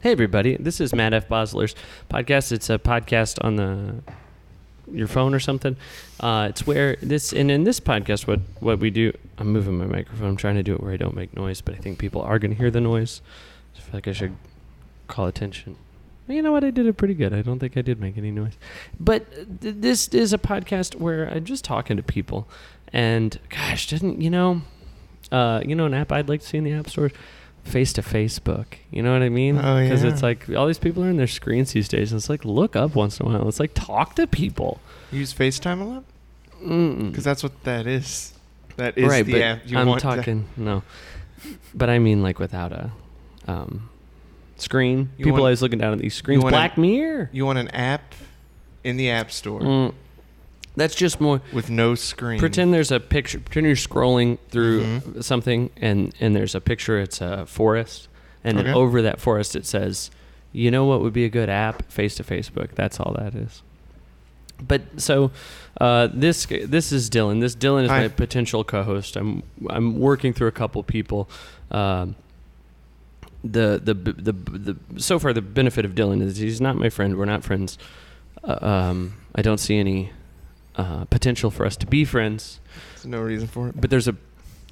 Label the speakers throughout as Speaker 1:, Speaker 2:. Speaker 1: Hey everybody, this is Matt F. Bosler's podcast. It's a podcast on the your phone or something. Uh, it's where this and in this podcast, what what we do. I'm moving my microphone. I'm trying to do it where I don't make noise, but I think people are going to hear the noise. So I feel like I should call attention. You know what? I did it pretty good. I don't think I did make any noise. But th- this is a podcast where I'm just talking to people. And gosh, didn't you know? Uh, you know, an app I'd like to see in the app store, face to Facebook. You know what I mean?
Speaker 2: Oh, yeah.
Speaker 1: it's like all these people are in their screens these days, and it's like look up once in a while. It's like talk to people.
Speaker 2: You use FaceTime a lot because
Speaker 1: Mm.
Speaker 2: that's what that is. That is
Speaker 1: right,
Speaker 2: the
Speaker 1: but
Speaker 2: app you
Speaker 1: I'm
Speaker 2: want.
Speaker 1: talking no, but I mean like without a um, screen.
Speaker 2: You
Speaker 1: people
Speaker 2: want-
Speaker 1: always looking down at these screens.
Speaker 2: want a-
Speaker 1: Black Mirror.
Speaker 2: you want an app in the app store
Speaker 1: Mm. That's just more.
Speaker 2: with no screen.
Speaker 1: Pretend there's a picture. Pretend you're scrolling through
Speaker 2: Mhm.
Speaker 1: something, and and there's a picture. It's a forest, and then
Speaker 2: Okay.
Speaker 1: over that forest it says, "You know what would be a good app? Face to Facebook." That's all that is. But so, uh, this this is Dylan. This Dylan is
Speaker 2: Hi.
Speaker 1: my potential co-host. I'm I'm working through a couple people. Um, the, the b- the b- the so far the benefit of Dylan is he's not my friend. We're not friends. Uh, um, I don't see any uh, potential for us to be friends.
Speaker 2: There's no reason for it.
Speaker 1: But there's a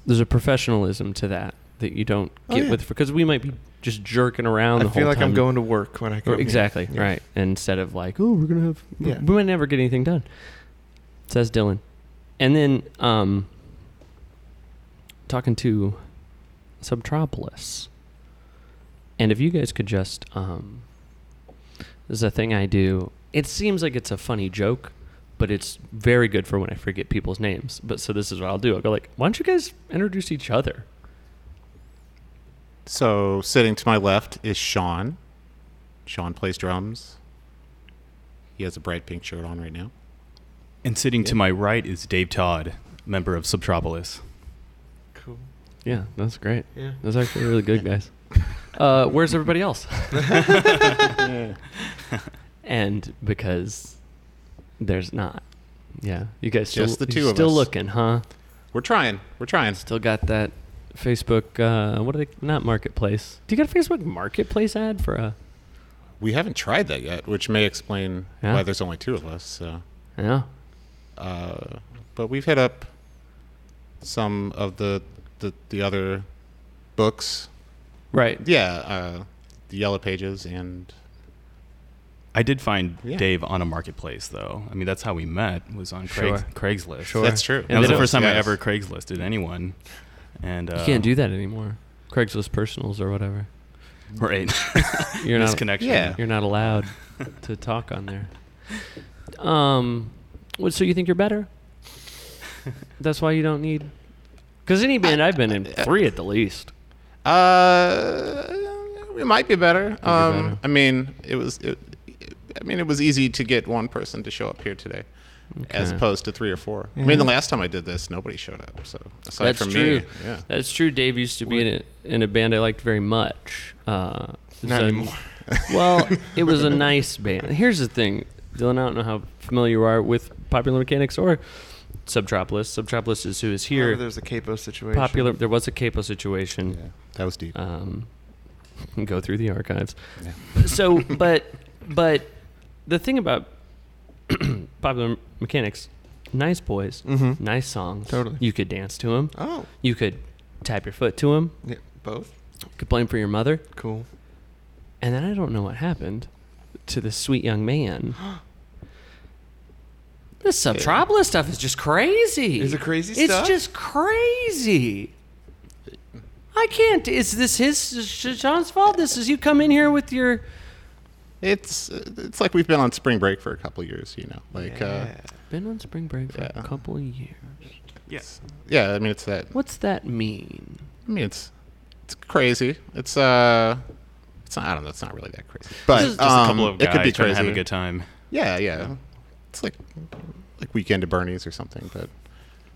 Speaker 1: there's a professionalism to that that you don't
Speaker 2: Oh,
Speaker 1: get
Speaker 2: yeah.
Speaker 1: with because we might be just jerking around.
Speaker 2: I
Speaker 1: the
Speaker 2: feel
Speaker 1: whole
Speaker 2: like I'm
Speaker 1: time.
Speaker 2: going to work when I
Speaker 1: Or-
Speaker 2: come. here.
Speaker 1: exactly
Speaker 2: Yeah.
Speaker 1: right. Instead of like, oh, we're gonna have
Speaker 2: Yeah.
Speaker 1: we might never get anything done. Says Dylan, and then um, talking to Subtropolis, and if you guys could just um, this is a thing I do. It seems like it's a funny joke, but it's very good for when I forget people's names. But so this is what I'll do. I'll go like, why don't you guys introduce each other?
Speaker 3: So sitting to my left is Sean. Sean plays drums. He has a bright pink shirt on right now.
Speaker 4: And sitting to my right is Dave Todd, member of Subtropolis.
Speaker 2: Cool.
Speaker 1: Yeah, that's great.
Speaker 2: Yeah.
Speaker 1: That's actually really good, guys. Uh, where's everybody else? and because there's not. Yeah, you guys still,
Speaker 3: Just the
Speaker 1: you're
Speaker 3: two of
Speaker 1: still
Speaker 3: us.
Speaker 1: looking, huh?
Speaker 3: We're trying. We're trying.
Speaker 1: Still got that Facebook. Uh, what are they? Not marketplace. Do you got a Facebook marketplace ad for a?
Speaker 3: We haven't tried that yet, which may explain
Speaker 1: Yeah.
Speaker 3: why there's only two of us. So,
Speaker 1: Yeah.
Speaker 3: uh, but we've hit up some of the the, the other books.
Speaker 1: Right.
Speaker 3: Yeah, uh, the Yellow Pages and
Speaker 4: I did find
Speaker 3: Yeah.
Speaker 4: Dave on a marketplace, though. I mean, that's how we met. Was on
Speaker 1: Sure.
Speaker 4: Craigs- Craigslist.
Speaker 1: Sure.
Speaker 3: that's true.
Speaker 1: And
Speaker 4: That was
Speaker 1: they
Speaker 4: the first time I
Speaker 3: Yes.
Speaker 4: ever Craigslisted anyone. And uh,
Speaker 1: you can't do that anymore. Craigslist personals or whatever.
Speaker 4: Right.
Speaker 1: You're not.
Speaker 4: Misconnection.
Speaker 3: Yeah.
Speaker 1: You're not allowed to talk on there. Um, what, so you think you're better? That's why you don't need. Because any band I've been in, three at the least.
Speaker 3: Uh, it might be better.
Speaker 1: be
Speaker 3: Um,
Speaker 1: better.
Speaker 3: I mean, it was. It, I mean, it was easy to get one person to show up here today, as
Speaker 1: Okay.
Speaker 3: opposed to three or 4 I mean, the last time I did this, nobody showed up. So aside
Speaker 1: That's
Speaker 3: from
Speaker 1: true.
Speaker 3: me, yeah,
Speaker 1: That's true. Dave used to be in a, in a band I liked very much. Uh,
Speaker 2: Not
Speaker 1: so-
Speaker 2: anymore.
Speaker 1: well, it was a nice band. Here's the thing, Dylan. I don't know how familiar you are with Popular Mechanics or Subtropolis. Subtropolis is who is
Speaker 2: Here,
Speaker 1: here.
Speaker 2: there's a capo situation.
Speaker 1: Popular. There was a capo situation.
Speaker 3: yeah, that was deep.
Speaker 1: um, go through the archives.
Speaker 3: Yeah.
Speaker 1: So, but but the thing about popular mechanics, nice boys,
Speaker 2: Mhm.
Speaker 1: nice songs.
Speaker 2: Totally.
Speaker 1: you could dance to them.
Speaker 2: Oh,
Speaker 1: You could tap your foot to them.
Speaker 2: yeah, both.
Speaker 1: You could blame for your mother.
Speaker 2: Cool.
Speaker 1: And then I don't know what happened to this sweet young man. This subtropolis stuff is just crazy.
Speaker 2: Is it crazy
Speaker 1: It's
Speaker 2: stuff?
Speaker 1: just crazy. I can't. Is this his is Sean's fault? This is you come in here with your.
Speaker 3: It's it's like we've been on spring break for a couple years, you know. Like, uh, yeah.
Speaker 2: Yeah.
Speaker 1: Been on spring break for a
Speaker 3: Yeah.
Speaker 1: couple of years.
Speaker 4: Yes.
Speaker 3: Uh, yeah, I mean, it's that.
Speaker 1: What's that mean?
Speaker 3: I mean, it's it's crazy. It's uh, it's not, I don't know. It's not really that crazy, but
Speaker 1: is just
Speaker 4: Just
Speaker 3: um,
Speaker 4: a couple of guys
Speaker 3: it could be
Speaker 4: trying
Speaker 3: crazy.
Speaker 4: to have a good time.
Speaker 3: Yeah, yeah. It's like like weekend at Bernie's or something, but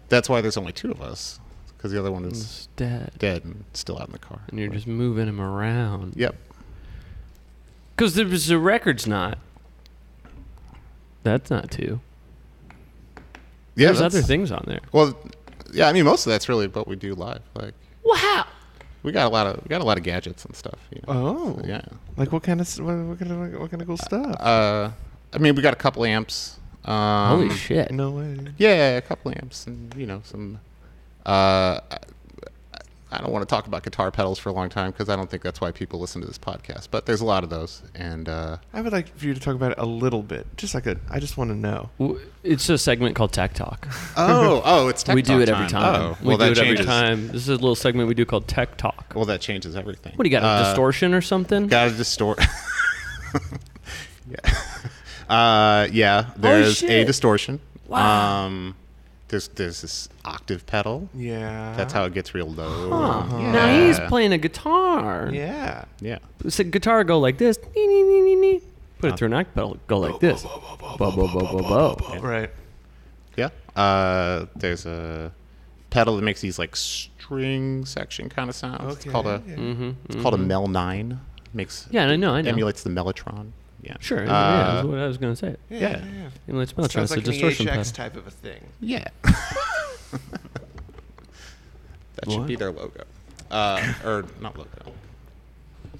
Speaker 3: that's why there's only two of us because the other one is
Speaker 1: It's dead,
Speaker 3: dead and still out in the car.
Speaker 1: Hmm. and you're just moving him around.
Speaker 3: yep.
Speaker 1: Because there was the record's not. That's not two.
Speaker 3: Yeah,
Speaker 1: There's
Speaker 3: that's-
Speaker 1: other things on there.
Speaker 3: Well, yeah. I mean, most of that's really what we do live. Like,
Speaker 1: Wow.
Speaker 3: We got a lot of we got a lot of gadgets and stuff. You know?
Speaker 2: Oh,
Speaker 3: yeah.
Speaker 2: Like what kind of s- what, what kind of what kind of cool stuff?
Speaker 3: Uh, I mean, we got a couple amps. Um,
Speaker 1: Holy shit!
Speaker 2: no way.
Speaker 3: Yeah, a couple amps, and you know some. Uh, I, I don't want to talk about guitar pedals for a long time because I don't think that's why people listen to this podcast. But there's a lot of those, and uh,
Speaker 2: I would like for you to talk about it a little bit, just like a. I just want to know.
Speaker 1: W- It's a segment called Tech Talk.
Speaker 3: oh, oh, it's tech
Speaker 1: we do
Speaker 3: talk
Speaker 1: it every time.
Speaker 3: Oh,
Speaker 1: we
Speaker 3: well,
Speaker 1: do
Speaker 3: that
Speaker 1: it every
Speaker 3: changes.
Speaker 1: time. This is a little segment we do called Tech Talk.
Speaker 3: Well, that changes everything.
Speaker 1: What do you got? A
Speaker 3: Uh,
Speaker 1: distortion or something?
Speaker 3: Got a distort. yeah. Uh, yeah. There's a
Speaker 1: Oh, shit.
Speaker 3: distortion.
Speaker 1: Wow.
Speaker 3: Um, there's there's this octave pedal.
Speaker 2: Yeah.
Speaker 3: That's how it gets real low.
Speaker 1: Huh.
Speaker 3: Oh, Yeah.
Speaker 1: Now he's playing a guitar.
Speaker 2: Yeah.
Speaker 3: Yeah.
Speaker 1: It's a guitar go like this. Nee, nee, nee, nee, nee. Put it through an octave pedal. Go like this. Uh. Bo, bo, bo, bo, bo.
Speaker 2: Right.
Speaker 3: Yeah. Uh, there's a pedal that makes these like string section kind of sounds. It's
Speaker 2: Okay.
Speaker 3: called a
Speaker 2: yeah.
Speaker 1: Mm-hmm.
Speaker 3: it's called a Mel Nine. Makes
Speaker 1: Yeah, I know, I know.
Speaker 3: emulates the Mellotron. Yeah.
Speaker 1: Sure. yeah,
Speaker 3: Uh,
Speaker 1: that's what I was going to say.
Speaker 2: Yeah.
Speaker 3: yeah.
Speaker 2: yeah.
Speaker 1: Emulates Mellotron. It's
Speaker 2: Sounds
Speaker 1: a
Speaker 2: like an
Speaker 1: distortion pedal.
Speaker 2: EHX type of a thing.
Speaker 3: Yeah. that should
Speaker 1: What?
Speaker 3: be their logo. Uh, or not logo.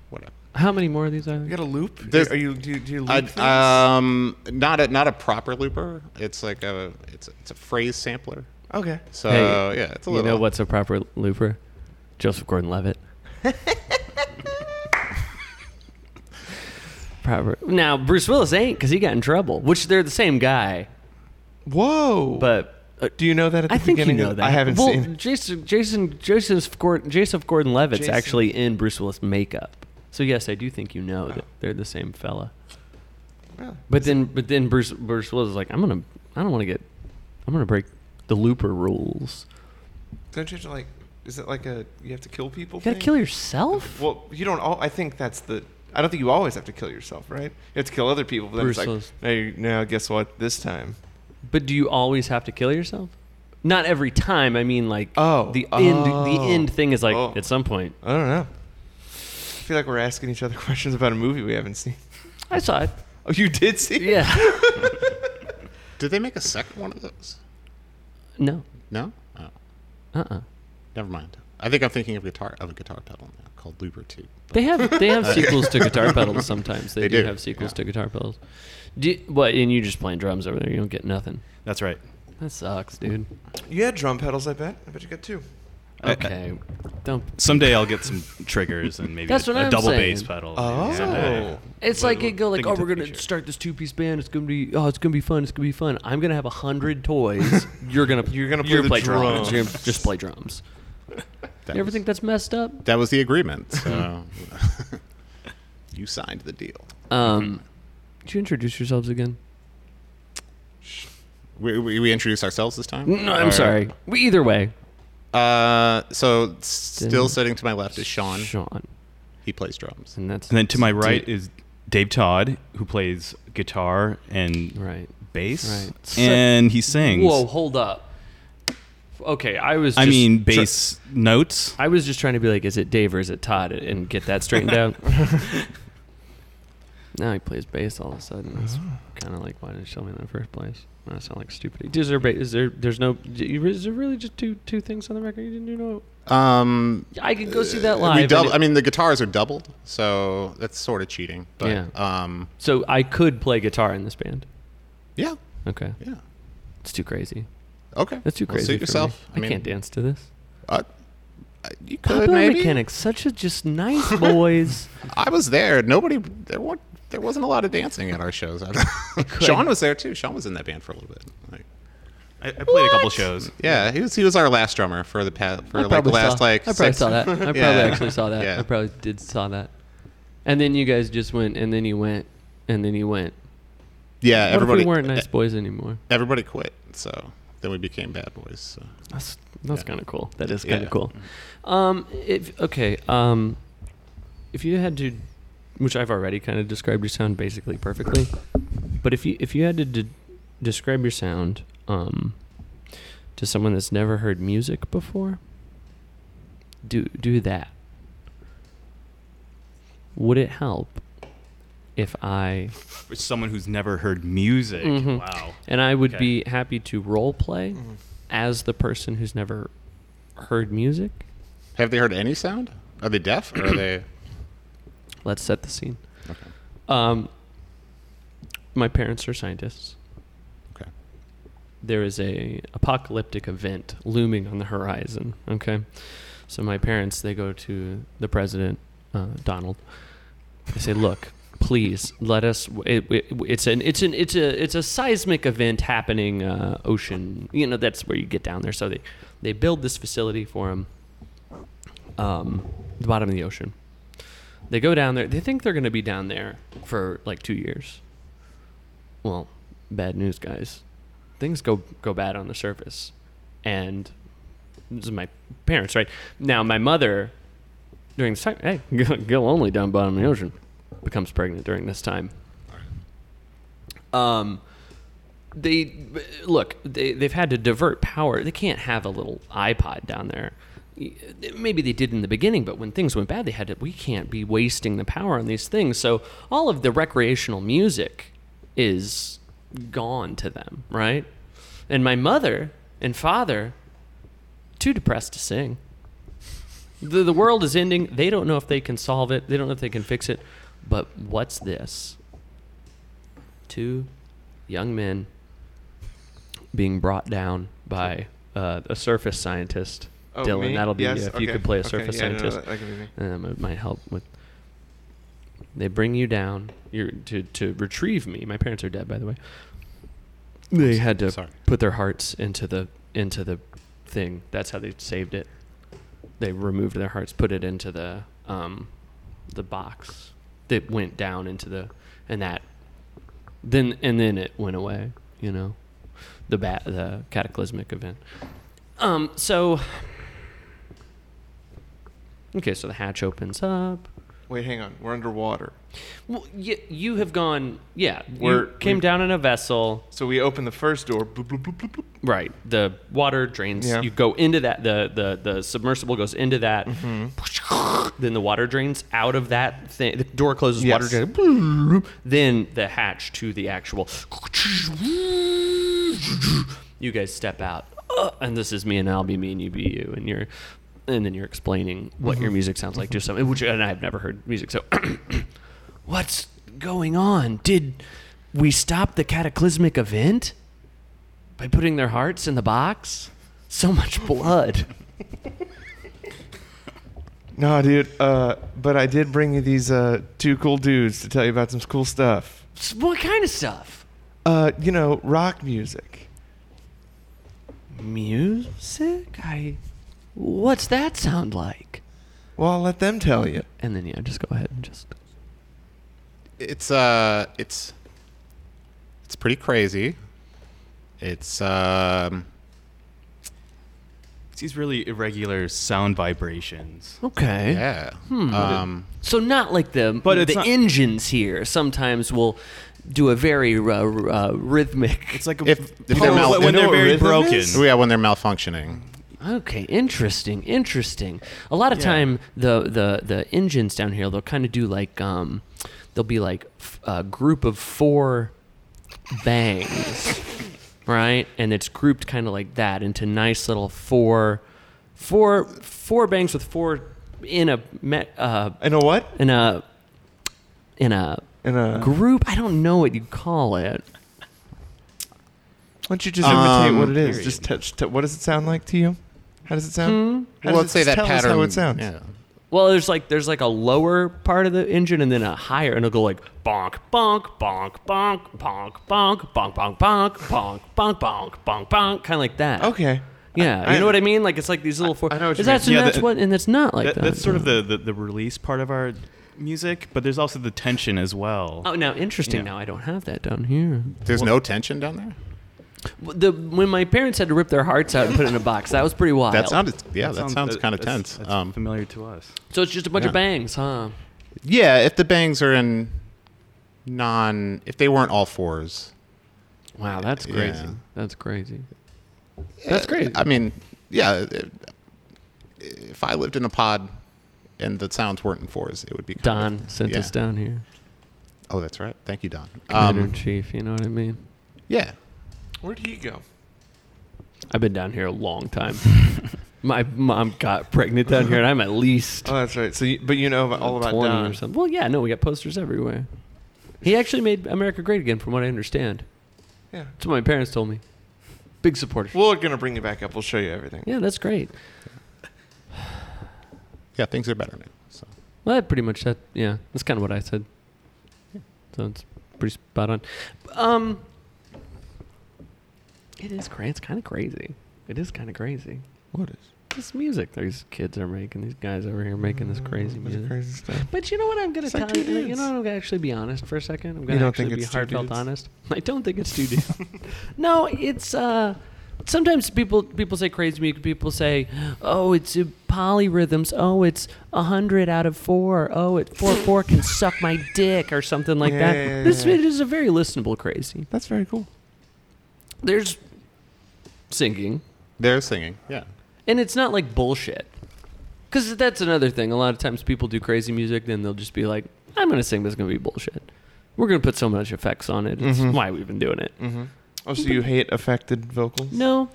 Speaker 3: Whatever.
Speaker 1: How many more of these are
Speaker 2: You
Speaker 1: there?
Speaker 2: got a loop?
Speaker 3: This-
Speaker 2: Are you do you, do you loop things?
Speaker 3: I, um, not a not a proper looper. It's like a it's a, it's a phrase sampler.
Speaker 2: okay.
Speaker 3: So
Speaker 1: Hey,
Speaker 3: yeah, it's a
Speaker 1: You
Speaker 3: little.
Speaker 1: know what's a proper looper? Joseph Gordon-Levitt. proper. Now Bruce Willis ain't because he got in trouble, which they're the same guy,
Speaker 2: Whoa.
Speaker 1: but. uh,
Speaker 2: do you know that at the
Speaker 1: I think you
Speaker 2: beginning?
Speaker 1: know
Speaker 2: of-
Speaker 1: that.
Speaker 2: I haven't
Speaker 1: well,
Speaker 2: seen.
Speaker 1: Jason. Jason. Joseph Gordon. Joseph Gordon-Levitt's
Speaker 2: Jason.
Speaker 1: actually in Bruce Willis makeup. So yes, I do think you know
Speaker 2: Oh.
Speaker 1: that they're the same fella.
Speaker 2: Really?
Speaker 1: But then, but then Bruce Bruce Willis is like, I'm gonna, I don't want to get, I'm gonna break the looper rules.
Speaker 2: Don't you have to like? Is it like a you have to kill people?
Speaker 1: You gotta
Speaker 2: thing?
Speaker 1: kill yourself.
Speaker 2: Well, you don't. All, I think that's the. I don't think you always have to kill yourself, right? You have to kill other people. But then it's like,
Speaker 1: Bruce
Speaker 2: hey, now guess what? This time.
Speaker 1: But do you always have to kill yourself? Not every time. I mean, like,
Speaker 2: Oh.
Speaker 1: the end.
Speaker 2: Oh.
Speaker 1: The end thing is like
Speaker 2: Oh.
Speaker 1: at some point.
Speaker 2: I don't know. I feel like we're asking each other questions about a movie we haven't seen.
Speaker 1: I saw it.
Speaker 2: Oh, you did see? it?
Speaker 1: Yeah.
Speaker 3: Did they make a second one of those?
Speaker 1: no.
Speaker 3: No. Oh,
Speaker 1: Uh. uh
Speaker 3: never mind. I think I'm thinking of guitar of a guitar pedal now called Looper Two.
Speaker 1: They have they have sequels to guitar pedals sometimes. They,
Speaker 3: They
Speaker 1: do,
Speaker 3: do,
Speaker 1: have sequels
Speaker 3: yeah.
Speaker 1: to guitar pedals. Do what? And you just playing drums over there. You don't get nothing.
Speaker 4: That's right.
Speaker 1: That sucks, dude.
Speaker 2: You had drum pedals, I bet. I bet you got two.
Speaker 4: I- I-
Speaker 1: Okay. Don't
Speaker 4: Someday I'll get some triggers and maybe
Speaker 1: That's
Speaker 4: a,
Speaker 1: what
Speaker 4: a
Speaker 1: I'm
Speaker 4: double
Speaker 1: saying.
Speaker 4: bass pedal.
Speaker 2: Oh.
Speaker 4: Someday.
Speaker 1: It's
Speaker 4: Well,
Speaker 1: like it go
Speaker 4: we'll
Speaker 1: like,
Speaker 4: think
Speaker 1: oh,
Speaker 4: into
Speaker 1: we're
Speaker 4: the
Speaker 1: gonna
Speaker 4: future.
Speaker 1: start this two piece band. It's gonna be oh, it's gonna be fun. It's gonna be fun. I'm gonna have a hundred toys. You're gonna
Speaker 2: You're gonna play the drums.
Speaker 1: You're gonna just play drums.
Speaker 3: That
Speaker 1: You ever
Speaker 3: was-
Speaker 1: think that's messed up?
Speaker 3: that was the agreement. So you signed the deal.
Speaker 1: Um, did you introduce yourselves again?
Speaker 3: We, we, we introduced ourselves this time.
Speaker 1: No, I'm
Speaker 3: Or-
Speaker 1: sorry. We either way.
Speaker 3: Uh, so s-
Speaker 1: Didn't-
Speaker 3: still sitting to my left is Sean.
Speaker 1: Sean,
Speaker 3: He plays drums.
Speaker 1: and that's
Speaker 4: And then to my right
Speaker 1: Dude.
Speaker 4: is Dave Todd, who plays guitar and
Speaker 1: right.
Speaker 4: bass,
Speaker 1: Right. So-
Speaker 4: and he sings.
Speaker 1: Whoa, hold up. Okay, I was.
Speaker 4: I
Speaker 1: just
Speaker 4: mean
Speaker 1: tr-
Speaker 4: bass notes.
Speaker 1: I was just trying to be like, is it Dave or is it Todd, and get that straightened out. now he plays bass all of a sudden. That's
Speaker 4: Oh.
Speaker 1: kind of like, why didn't you tell me in the first place? I sound like stupid. Is there, ba- is there, there's no, is there really just two, two things on the record you didn't do? No,
Speaker 3: Um,
Speaker 1: I could go see that Mm. live.
Speaker 3: we
Speaker 1: and
Speaker 3: double.
Speaker 1: it-
Speaker 3: I mean, the guitars are doubled, so that's sort of cheating. But
Speaker 1: Yeah.
Speaker 3: um,
Speaker 1: so I could play guitar in this band.
Speaker 3: yeah,
Speaker 1: Okay,
Speaker 3: yeah.
Speaker 1: it's too crazy.
Speaker 3: Okay,
Speaker 1: That's too
Speaker 3: Well,
Speaker 1: crazy.
Speaker 3: suit
Speaker 1: for
Speaker 3: yourself.
Speaker 1: me.
Speaker 3: I,
Speaker 1: I,
Speaker 3: mean,
Speaker 1: can't dance to this.
Speaker 3: Uh, uh, you could
Speaker 1: Popular
Speaker 3: maybe.
Speaker 1: mechanics, such a just nice boys.
Speaker 3: I was there. Nobody. There weren't. There wasn't a lot of dancing at our shows. I don't- Sean was there too. Sean was in that band for a little bit. Like,
Speaker 4: I, I played a couple shows.
Speaker 3: yeah, he was. He was our last drummer for the past for
Speaker 1: I
Speaker 3: like the
Speaker 1: probably
Speaker 3: last
Speaker 1: saw,
Speaker 3: like.
Speaker 1: I probably
Speaker 3: six-
Speaker 1: saw that. I probably
Speaker 3: Yeah.
Speaker 1: actually saw that.
Speaker 3: Yeah.
Speaker 1: I probably did saw that. And then you guys just went, and then you went, and then you went.
Speaker 3: yeah,
Speaker 1: What
Speaker 3: everybody eh,
Speaker 1: if we weren't nice boys anymore?
Speaker 3: Everybody quit. So then we became bad boys. So.
Speaker 1: That's that's
Speaker 3: Yeah.
Speaker 1: kind of cool. That is kind of
Speaker 3: Yeah.
Speaker 1: cool. Um, if okay, um, if you had to, which I've already kind of described your sound basically perfectly, but if you if you had to de- describe your sound um, to someone that's never heard music before, do do that. Would it help if I
Speaker 4: For someone who's never heard music.
Speaker 1: Mhm.
Speaker 4: Wow.
Speaker 1: and I would
Speaker 4: Okay.
Speaker 1: be happy to role play
Speaker 3: Mm-hmm.
Speaker 1: as the person who's never heard music?
Speaker 3: Have they heard any sound? Are they deaf or are they?
Speaker 1: Let's set the scene.
Speaker 3: Okay.
Speaker 1: Um, my parents are scientists.
Speaker 3: Okay.
Speaker 1: There is a apocalyptic event looming on the horizon. Okay, so my parents they go to the president, uh, Donald. They say, "Look, please let us. It, it, it's an it's an it's a it's a seismic event happening. Uh, ocean, you know, that's where you get down there. So they they build this facility for him. Um, the bottom of the ocean. They go down there. They think they're going to be down there for like two years. Well, bad news, guys. Things go go bad on the surface, and this is my parents, right? Now, my mother during this time, hey, go only down bottom of the ocean, becomes pregnant during this time. Um, they look they, they've had to divert power they can't have a little ipod down there maybe they did in the beginning but when things went bad they had to we can't be wasting the power on these things so all of the recreational music is gone to them right and my mother and father too depressed to sing the, the world is ending they don't know if they can solve it they don't know if they can fix it but what's this two young men being brought down by uh, a surface scientist.
Speaker 2: Oh,
Speaker 1: Dylan,
Speaker 2: me?
Speaker 1: that'll be
Speaker 2: Yes,
Speaker 1: you if you
Speaker 2: okay,
Speaker 1: could play a
Speaker 2: okay,
Speaker 1: surface
Speaker 2: yeah, no, no,
Speaker 1: scientist.
Speaker 2: that- that can be me.
Speaker 1: Um, it might help with. They bring you down you're, to to retrieve me. My parents are dead, by the way. They had to
Speaker 3: sorry.
Speaker 1: put their hearts into the into the thing. That's how they saved it. They removed their hearts, put it into the um, the box that went down into the and that then and then it went away. You know, the bat the cataclysmic event. Um. So. Okay, so the hatch opens up.
Speaker 2: Wait, hang on. We're underwater.
Speaker 1: Well, you, you have gone. Yeah,
Speaker 2: We're-
Speaker 1: you came
Speaker 2: we-
Speaker 1: down in a vessel.
Speaker 2: So we open the first door. Bloop, bloop, bloop, bloop, bloop.
Speaker 1: Right. The water drains.
Speaker 2: Yeah.
Speaker 1: You go into that. The the the submersible goes into that. Then the water drains out of that thing. The door closes. Water
Speaker 2: Yes.
Speaker 1: drains. Then the hatch to the actual. You guys step out, Uh, and this is me, and I'll be me, and you be you, and you're, and then you're explaining what your music sounds like to someone, which and I've never heard music, so what's going on? Did we stop the cataclysmic event by putting their hearts in the box? So much blood.
Speaker 2: No, dude. Uh, but I did bring you these uh, two cool dudes to tell you about some cool stuff.
Speaker 1: S- what kind of stuff?
Speaker 2: Uh, you know, rock music.
Speaker 1: Music? I. What's that sound like?
Speaker 2: Well, I'll let them tell you.
Speaker 1: And then yeah, just go ahead and just.
Speaker 3: It's uh, it's it's pretty crazy. It's um,
Speaker 4: It's these really irregular sound vibrations.
Speaker 1: Okay.
Speaker 3: yeah.
Speaker 1: Hmm.
Speaker 3: Um,
Speaker 1: So not like the
Speaker 4: But it's
Speaker 1: the
Speaker 4: not-
Speaker 1: engines here. Sometimes will do a very uh, uh, rhythmic.
Speaker 4: It's like a,
Speaker 3: If- if they're
Speaker 4: Oh,
Speaker 3: mal-
Speaker 4: when
Speaker 3: you know
Speaker 4: they're
Speaker 2: what
Speaker 4: very
Speaker 2: rhythm
Speaker 4: broken.
Speaker 2: is?
Speaker 3: oh, yeah, when they're malfunctioning.
Speaker 1: Okay, interesting, interesting. A lot of
Speaker 4: Yeah.
Speaker 1: time, the the the engines down here, they'll kind of do like um, they'll be like f- a group of four bangs, right? And it's grouped kind of like that into nice little four, four, four bangs with four in a me- uh
Speaker 2: I know what?
Speaker 1: in a in a
Speaker 2: And uh, why
Speaker 1: group. I don't know what you call it.
Speaker 2: don't you just imitate
Speaker 3: Um,
Speaker 2: what it is?
Speaker 4: period.
Speaker 2: Just touch. T- what does it sound like to you? How does it sound? How
Speaker 3: Well,
Speaker 2: does
Speaker 3: let's
Speaker 2: it-
Speaker 3: say that
Speaker 2: tell
Speaker 3: pattern.
Speaker 2: Us how it sounds.
Speaker 3: Yeah.
Speaker 1: Well, there's like there's like a lower part of the engine and then a higher, and it'll go like bonk, bonk, bonk, bonk, bonk, bonk, bonk, bonk, bonk, bonk, bonk, bonk, bonk, bonk, kind of like that.
Speaker 2: Okay.
Speaker 1: Yeah,
Speaker 2: I-
Speaker 1: you know what I mean? Like it's like these little four.
Speaker 2: I know what you
Speaker 1: is that,
Speaker 2: mean.
Speaker 1: so
Speaker 4: Yeah,
Speaker 1: that's
Speaker 4: that-
Speaker 1: what, and it's not like
Speaker 4: That,
Speaker 1: that.
Speaker 4: that's sort of the, the, the release part of our music, but there's also the tension as well.
Speaker 1: Oh, now interesting.
Speaker 4: Yeah.
Speaker 1: Now I don't have that down here.
Speaker 3: There's no tension down there.
Speaker 1: The when my parents had to rip their hearts out and put it in a box, that was pretty wild.
Speaker 3: That sounded. Yeah, that, sounds,
Speaker 4: that-
Speaker 3: kind of
Speaker 4: that's-
Speaker 3: tense.
Speaker 4: that's
Speaker 3: um,
Speaker 4: familiar to us.
Speaker 1: so it's just a bunch of
Speaker 3: Yeah.
Speaker 1: bangs, huh?
Speaker 3: yeah, if the bangs are in non, if they weren't all fours,
Speaker 1: Wow, that's
Speaker 3: Yeah.
Speaker 1: crazy. That's crazy.
Speaker 3: That's great. I mean, yeah. it- If I lived in a pod and the sounds weren't in fours, it would be kind
Speaker 1: Don
Speaker 3: of-
Speaker 1: sent
Speaker 3: yeah.
Speaker 1: us down here,
Speaker 3: Oh, that's right. Thank you, Don.
Speaker 1: commander
Speaker 3: Um,
Speaker 1: in chief. You know what I mean?
Speaker 3: yeah.
Speaker 2: Where'd he go?
Speaker 1: I've been down here a long time. my mom got pregnant down here, and I'm at least
Speaker 2: Oh, that's right. So, you, but you know about, all about
Speaker 1: 20
Speaker 2: Don.
Speaker 1: or something. Well, yeah, no, we got posters everywhere. He actually made America great again, from what I understand.
Speaker 2: Yeah.
Speaker 1: That's what my parents told me. Big supporter.
Speaker 2: We're gonna bring you back up. We'll show you everything.
Speaker 1: Yeah, that's great.
Speaker 3: Yeah, things are better now. So
Speaker 1: Well, that pretty much that. Yeah, that's kind of what I said. So it's pretty spot on. Um, it is crazy. It's kind of crazy. It is kind of crazy.
Speaker 2: What is?
Speaker 1: This music these kids are making, these guys over here making this crazy
Speaker 2: Bunch of
Speaker 1: music.
Speaker 2: crazy stuff.
Speaker 1: But you know what I'm gonna
Speaker 2: It's
Speaker 1: tell
Speaker 2: like two
Speaker 1: you? You
Speaker 2: dudes.
Speaker 1: know what I'm gonna actually be honest for a second. I'm
Speaker 2: You
Speaker 1: gonna
Speaker 2: don't
Speaker 1: actually
Speaker 2: think
Speaker 1: be
Speaker 2: it's two
Speaker 1: heartfelt
Speaker 2: dudes?
Speaker 1: honest. I don't think it's two dudes. no, it's uh, sometimes people people say crazy music. People say, oh, it's uh, polyrhythms. Oh, it's a hundred out of four. Oh, it four four can suck my dick or something like that.
Speaker 2: Yeah, yeah, yeah,
Speaker 1: this
Speaker 2: yeah.
Speaker 1: it is a very listenable crazy.
Speaker 2: That's very cool.
Speaker 1: There's singing.
Speaker 3: they're singing. Yeah.
Speaker 1: And it's not like bullshit. Because that's another thing. A lot of times people do crazy music, then they'll just be like, I'm going to sing this, is going to be bullshit. We're going to put so much effects on it. It's
Speaker 2: Mhm.
Speaker 1: why we've been doing it.
Speaker 2: Mm-hmm. Oh, so you hate affected vocals?
Speaker 1: No,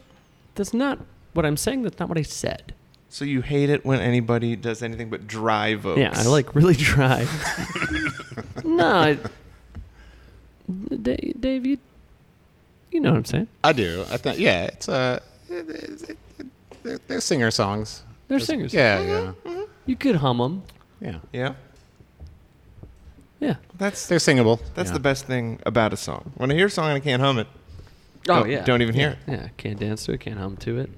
Speaker 1: that's not what I'm saying. That's not what I said.
Speaker 2: So you hate it when anybody does anything but dry vocals?
Speaker 1: Yeah, I like really try. no, I, Da- Dave, you, you know what I'm saying.
Speaker 3: I do. I think. Yeah, it's uh, it, it, it, they're, they're singer songs.
Speaker 1: They're
Speaker 3: There's-
Speaker 1: singers.
Speaker 3: Yeah, yeah,
Speaker 1: You could hum them.
Speaker 3: yeah.
Speaker 2: Yeah.
Speaker 1: Yeah.
Speaker 2: That's
Speaker 3: They're singable.
Speaker 2: that's
Speaker 4: Yeah.
Speaker 2: the best thing about a song. When I hear a song and I can't hum it,
Speaker 1: Oh,
Speaker 2: don't-
Speaker 1: yeah.
Speaker 2: don't even hear it.
Speaker 1: Yeah, can't dance to it, can't hum to it.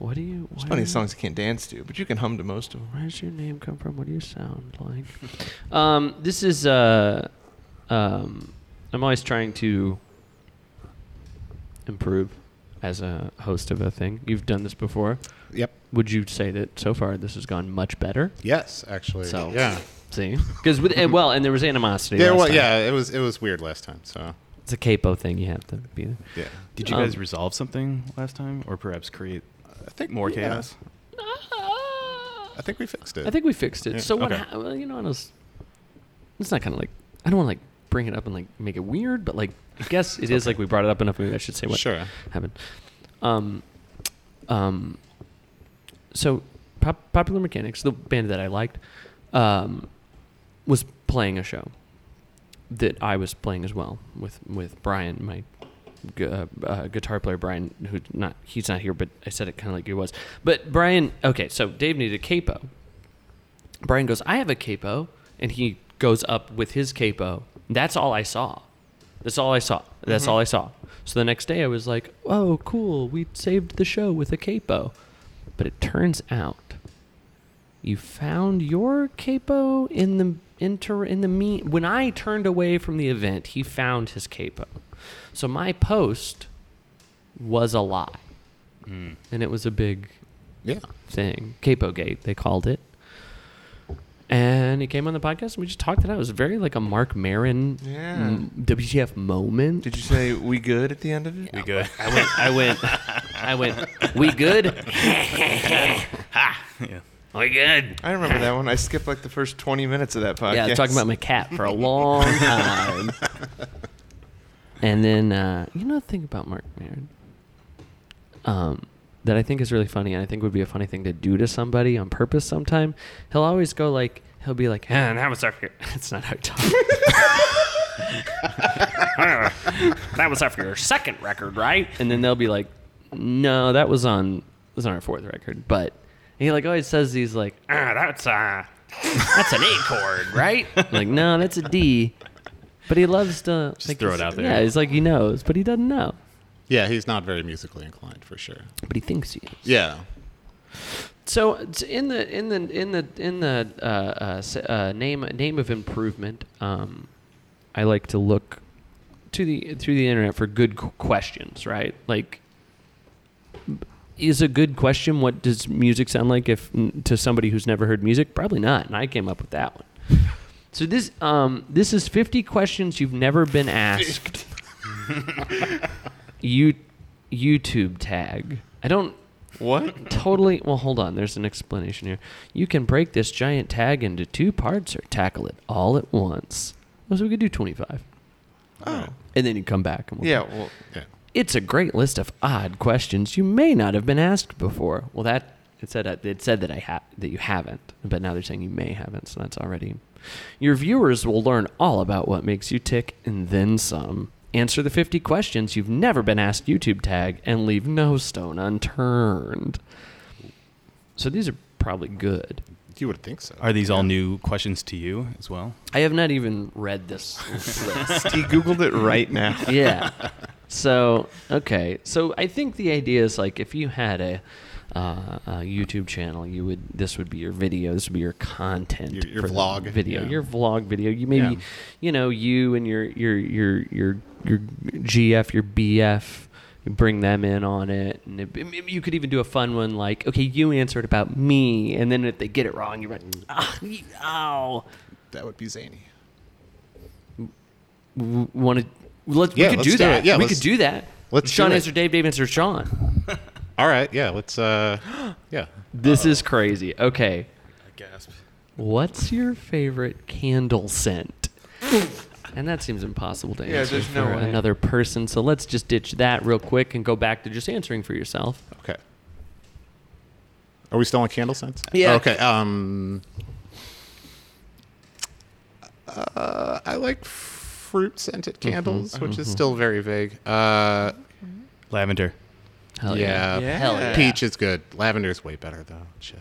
Speaker 1: What do you.
Speaker 2: There's
Speaker 1: what
Speaker 2: plenty of
Speaker 1: do you-
Speaker 2: songs you can't dance to, but you can hum to most of them.
Speaker 1: Where's your name come from? What do you sound like? um, this is uh, um, I'm always trying to improve as a host of a thing. You've done this before.
Speaker 3: Yep.
Speaker 1: Would you say that so far this has gone much better?
Speaker 3: Yes, actually.
Speaker 1: So
Speaker 3: yeah.
Speaker 1: see, because with and, well, and there was animosity.
Speaker 3: There
Speaker 1: last
Speaker 3: was,
Speaker 1: time.
Speaker 3: yeah, it was it was weird last time. So
Speaker 1: it's a capo thing. You have to be. There.
Speaker 3: yeah,
Speaker 4: Did you
Speaker 1: Um,
Speaker 4: guys resolve something last time, or perhaps create? I think more
Speaker 3: yeah.
Speaker 4: chaos.
Speaker 3: I think we fixed it.
Speaker 1: I think we fixed it.
Speaker 3: Yeah.
Speaker 1: So what?
Speaker 4: Okay.
Speaker 1: Ha- well, you know, I was. It's not kind of like I don't want to like bring it up and like make it weird, but like I guess it is like we brought it up enough. Maybe I should say what
Speaker 3: sure.
Speaker 1: happened. Um, um, so Pop- Popular Mechanics, the band that I liked, um, was playing a show that I was playing as well with with Brian, my gu- uh, uh, guitar player Brian, who not he's not here, but I said it kind of like he was. But Brian, okay, so Dave needed a capo. Brian goes, I have a capo, and he goes up with his capo. That's all I saw. That's all I saw. That's all I saw. So the next day, I was like, "Oh, cool! We saved the show with a capo." But it turns out you found your capo in the inter in the me when I turned away from the event, he found his capo. So my post was a lie. And it was a big
Speaker 3: Yeah,
Speaker 1: thing. Capo Gate, they called it. And he came on the podcast and we just talked it out. It was very like a Mark Marin
Speaker 2: Yeah.
Speaker 1: m- WTF moment.
Speaker 2: Did you say we good at the end of it?
Speaker 4: We good.
Speaker 1: I went I went I went we good?
Speaker 4: yeah.
Speaker 1: We good.
Speaker 2: I remember that one. I skipped like the first 20 minutes of that podcast.
Speaker 1: Yeah, talking about my cat for a long time. and then uh, you know the thing about Mark Maron um, that I think is really funny, and I think would be a funny thing to do to somebody on purpose. Sometime he'll always go like he'll be like, "Ah, "That was up here." That's not how he talks. that was after your second record, right? And then they'll be like, "No, that was on that was on our fourth record." But and he like always says these like, "Ah, that's uh, that's an A chord, right?" like, no, that's a D. But he loves to like,
Speaker 4: throw it out there.
Speaker 1: Yeah, it's like he knows, but he doesn't know.
Speaker 3: yeah. He's not very musically inclined for sure.
Speaker 1: But he thinks he is.
Speaker 3: Yeah,
Speaker 1: So it's in the in the in the in the uh, uh, s- uh, name name of improvement, um, I like to look to the through the internet for good qu- questions. Right, like is a good question. What does music sound like if to somebody who's never heard music? Probably not. And I came up with that one. So this um, this is 50 questions you've never been asked. you YouTube tag. I don't
Speaker 2: What?
Speaker 1: totally well hold on there's an explanation here you can break this giant tag into two parts or tackle it all at once well, so we could do 25
Speaker 2: Oh.
Speaker 1: and then you come back and we'll
Speaker 2: Yeah, well,
Speaker 3: yeah.
Speaker 1: it's a great list of odd questions you may not have been asked before well that It said that- it said that I ha- that you haven't, but now they're saying you may haven't. So that's already. Your viewers will learn all about what makes you tick and then some. Answer the 50 questions you've never been asked YouTube tag and leave no stone unturned. So these are probably good.
Speaker 3: You would think so.
Speaker 4: Are these all new questions to you as well?
Speaker 1: I have not even read this list.
Speaker 2: He Googled it right now.
Speaker 1: yeah. So okay. So I think the idea is like if you had a, uh, a YouTube channel, you would this would be your video. This would be your content.
Speaker 3: Your- your
Speaker 1: for the
Speaker 3: vlog,
Speaker 1: video.
Speaker 3: yeah.
Speaker 1: Your vlog video. You maybe,
Speaker 3: Yeah.
Speaker 1: you know, you and your your your your your GF, your BF. you Bring them in on it, and it, maybe you could even do a fun one like, "Okay, you answered about me," and then if they get it wrong, you're like, "Ah, you- "Ow!"
Speaker 3: That would be zany.
Speaker 1: Want to? Let we
Speaker 3: Yeah,
Speaker 1: could
Speaker 3: let's
Speaker 1: do
Speaker 3: do
Speaker 1: that.
Speaker 3: it. Yeah,
Speaker 1: we
Speaker 3: let's-
Speaker 1: could do that.
Speaker 3: let's
Speaker 1: Sean
Speaker 3: do it.
Speaker 1: answer Dave. Dave answer Sean.
Speaker 3: All right. Yeah. Let's. Uh, yeah.
Speaker 1: This is crazy. Okay,
Speaker 4: I gasp.
Speaker 1: what's your favorite candle scent? And that seems impossible to
Speaker 2: Yeah,
Speaker 1: answer
Speaker 2: there's no
Speaker 1: for
Speaker 2: way.
Speaker 1: another person. So let's just ditch that real quick and go back to just answering for yourself.
Speaker 3: Okay. Are we still on candle scents?
Speaker 1: Yeah.
Speaker 3: Okay. Um. Uh, I like fruit scented candles,
Speaker 1: Mm-hmm.
Speaker 3: which is still very vague. Uh,
Speaker 4: Lavender.
Speaker 1: Hell
Speaker 3: yeah.
Speaker 2: Yeah.
Speaker 1: Hell yeah.
Speaker 3: Peach is good. Lavender is way better though. Shit.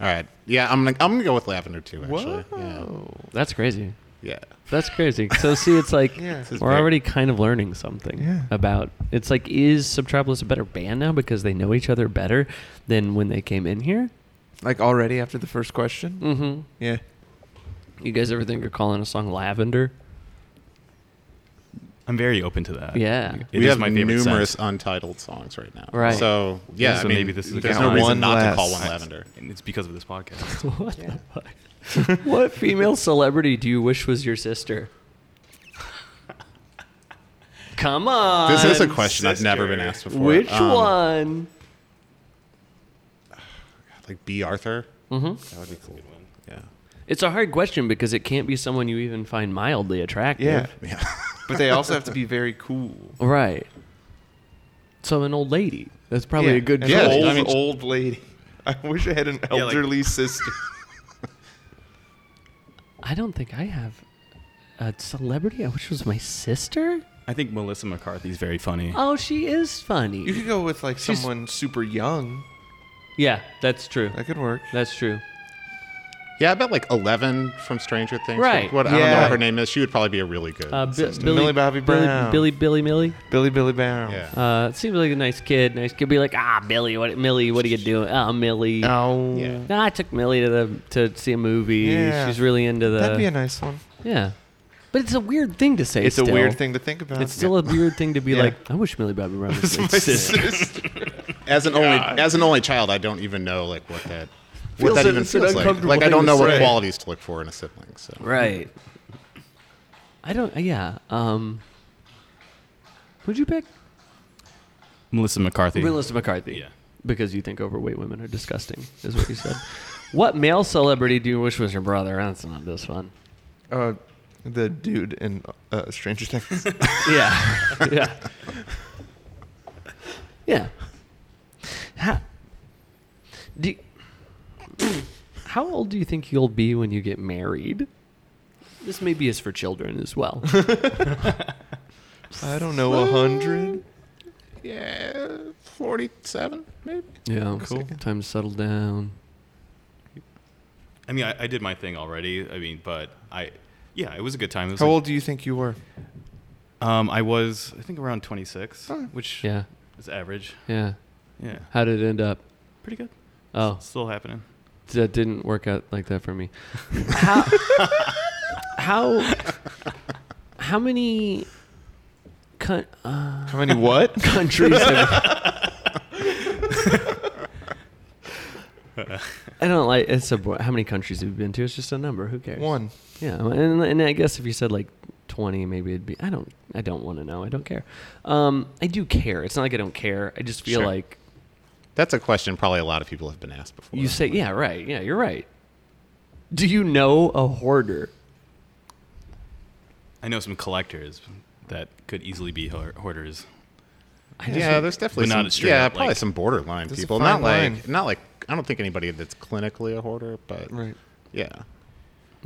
Speaker 3: All right. Yeah, I'm gonna I'm gonna go with lavender too. Actually.
Speaker 1: That's crazy.
Speaker 3: Yeah. Yeah.
Speaker 1: That's crazy. So see, it's like
Speaker 2: Yeah. This
Speaker 3: is
Speaker 1: we're
Speaker 3: great.
Speaker 1: already kind of learning something
Speaker 2: Yeah.
Speaker 1: about. It's like is Subtropolis a better band now because they know each other better than when they came in here?
Speaker 2: Like already after the first question?
Speaker 1: Mm-hmm.
Speaker 2: Yeah.
Speaker 1: You guys ever think of calling a song Lavender?
Speaker 4: I'm very open to that.
Speaker 1: Yeah.
Speaker 4: It
Speaker 3: we
Speaker 4: is
Speaker 3: have
Speaker 4: my favorite
Speaker 3: numerous
Speaker 4: scent.
Speaker 3: untitled songs right now.
Speaker 1: Right.
Speaker 3: So yeah,
Speaker 4: So
Speaker 3: I mean,
Speaker 4: maybe this is a
Speaker 3: there's
Speaker 4: good
Speaker 3: no
Speaker 4: one.
Speaker 3: reason not to
Speaker 2: One
Speaker 3: call one
Speaker 2: less.
Speaker 3: lavender.
Speaker 4: And it's because of this podcast.
Speaker 1: what the fuck? what female celebrity do you wish was your sister? Come on.
Speaker 3: This is a question I've never
Speaker 4: sister.
Speaker 3: been asked before.
Speaker 1: Which
Speaker 3: Um,
Speaker 1: one?
Speaker 3: Like B. Arthur.
Speaker 1: Mhm.
Speaker 3: That would be cool. Yeah.
Speaker 1: It's a hard question because it can't be someone you even find mildly attractive.
Speaker 2: Yeah.
Speaker 3: Yeah.
Speaker 2: But they also have to be very cool.
Speaker 1: Right. So an old lady. That's probably
Speaker 2: Yeah,
Speaker 1: a good
Speaker 2: an
Speaker 3: Yeah,
Speaker 1: judge.
Speaker 2: Old,
Speaker 3: I mean-
Speaker 2: old lady. I wish I had an
Speaker 4: like-
Speaker 2: elderly sister.
Speaker 1: I don't think I have a celebrity I wish was my sister.
Speaker 4: I think Melissa McCarthy's very funny.
Speaker 1: Oh, she is funny.
Speaker 2: You could go with like
Speaker 1: She's-
Speaker 2: someone super young.
Speaker 1: yeah, that's true.
Speaker 2: That could work.
Speaker 1: That's true.
Speaker 3: Yeah, I bet like Eleven from Stranger Things.
Speaker 1: Right.
Speaker 3: Like, what I don't know
Speaker 2: Yeah.
Speaker 3: what her name is. She would probably be a really good.
Speaker 1: Uh, Bi-
Speaker 3: sister.
Speaker 1: Billy,
Speaker 2: Millie Bobby Brown.
Speaker 1: Billy, Billy, Billy, Millie.
Speaker 2: Billy Billy Brown.
Speaker 3: yeah.
Speaker 1: Uh, seems like a nice kid. Nice kid. Be like, ah, Billy, what, Millie, what are you doing? Ah, Millie.
Speaker 2: Oh.
Speaker 3: Yeah.
Speaker 1: Nah, I took Millie to the to see a movie.
Speaker 2: Yeah.
Speaker 1: She's really into the.
Speaker 2: That'd be a nice one.
Speaker 1: yeah. But it's a weird thing to say.
Speaker 2: It's a
Speaker 1: still.
Speaker 2: weird thing to think about.
Speaker 1: It's still a weird thing to be
Speaker 2: Yeah.
Speaker 1: like, I wish Millie Bobby Brown was
Speaker 2: It's
Speaker 1: my
Speaker 2: my
Speaker 1: sister.
Speaker 2: sister.
Speaker 3: as an only as an only child, I don't even know like what that
Speaker 1: Feels
Speaker 3: what that
Speaker 1: it-
Speaker 3: even
Speaker 1: it's an
Speaker 3: feels like.
Speaker 1: uncomfortable
Speaker 3: Like I
Speaker 1: thing
Speaker 3: don't
Speaker 1: to
Speaker 3: know what
Speaker 1: say.
Speaker 3: qualities to look for in a sibling. So
Speaker 1: Right. I don't. Yeah. Um. Would you pick
Speaker 4: Melissa McCarthy.
Speaker 1: Melissa McCarthy?
Speaker 4: Yeah.
Speaker 1: Because you think overweight women are disgusting, is what you said. what male celebrity do you wish was your brother? That's not this one.
Speaker 2: uh, the dude in uh, Stranger Things.
Speaker 1: Yeah. yeah. Yeah. How, do how old do you think you'll be when you get married? This maybe is for children as well.
Speaker 2: I don't know, a hundred.
Speaker 3: yeah, forty-seven maybe.
Speaker 1: yeah. Cool. Time to settle down.
Speaker 4: I mean, I, I did my thing already. I mean, but I, yeah, it was a good time. It was
Speaker 2: How
Speaker 4: like-
Speaker 2: old do you think you were?
Speaker 4: Um, I was, I think, around 26,
Speaker 2: Huh.
Speaker 4: which
Speaker 1: Yeah.
Speaker 4: is average.
Speaker 1: Yeah.
Speaker 4: Yeah,
Speaker 1: How did it end up?
Speaker 4: pretty good.
Speaker 1: Oh,
Speaker 4: Still happening.
Speaker 1: that didn't work out like that for me. How how, how many coun- uh,
Speaker 2: How many what?
Speaker 1: countries? Have, I don't like it's a bo- how many countries have you been to? It's just a number. Who cares?
Speaker 2: One.
Speaker 1: Yeah, and, and I guess if you said like twenty, maybe it'd be. I don't. I don't want to know. I don't care. Um, I do care. It's not like I don't care. I just feel
Speaker 3: Sure.
Speaker 1: like
Speaker 3: That's a question probably a lot of people have been asked before.
Speaker 1: You say, yeah, right. Yeah, you're right. Do you know a hoarder?
Speaker 4: I know some collectors that could easily be hoar- hoarders.
Speaker 1: I just-
Speaker 3: Yeah, there's definitely
Speaker 4: But not
Speaker 3: some,
Speaker 4: a straight
Speaker 3: yeah,
Speaker 4: up,
Speaker 3: probably
Speaker 4: like-
Speaker 3: some borderline
Speaker 2: There's a
Speaker 3: people.
Speaker 2: fine
Speaker 3: Not like
Speaker 2: line.
Speaker 3: not like I don't think anybody that's clinically a hoarder, but
Speaker 2: Right.
Speaker 3: yeah,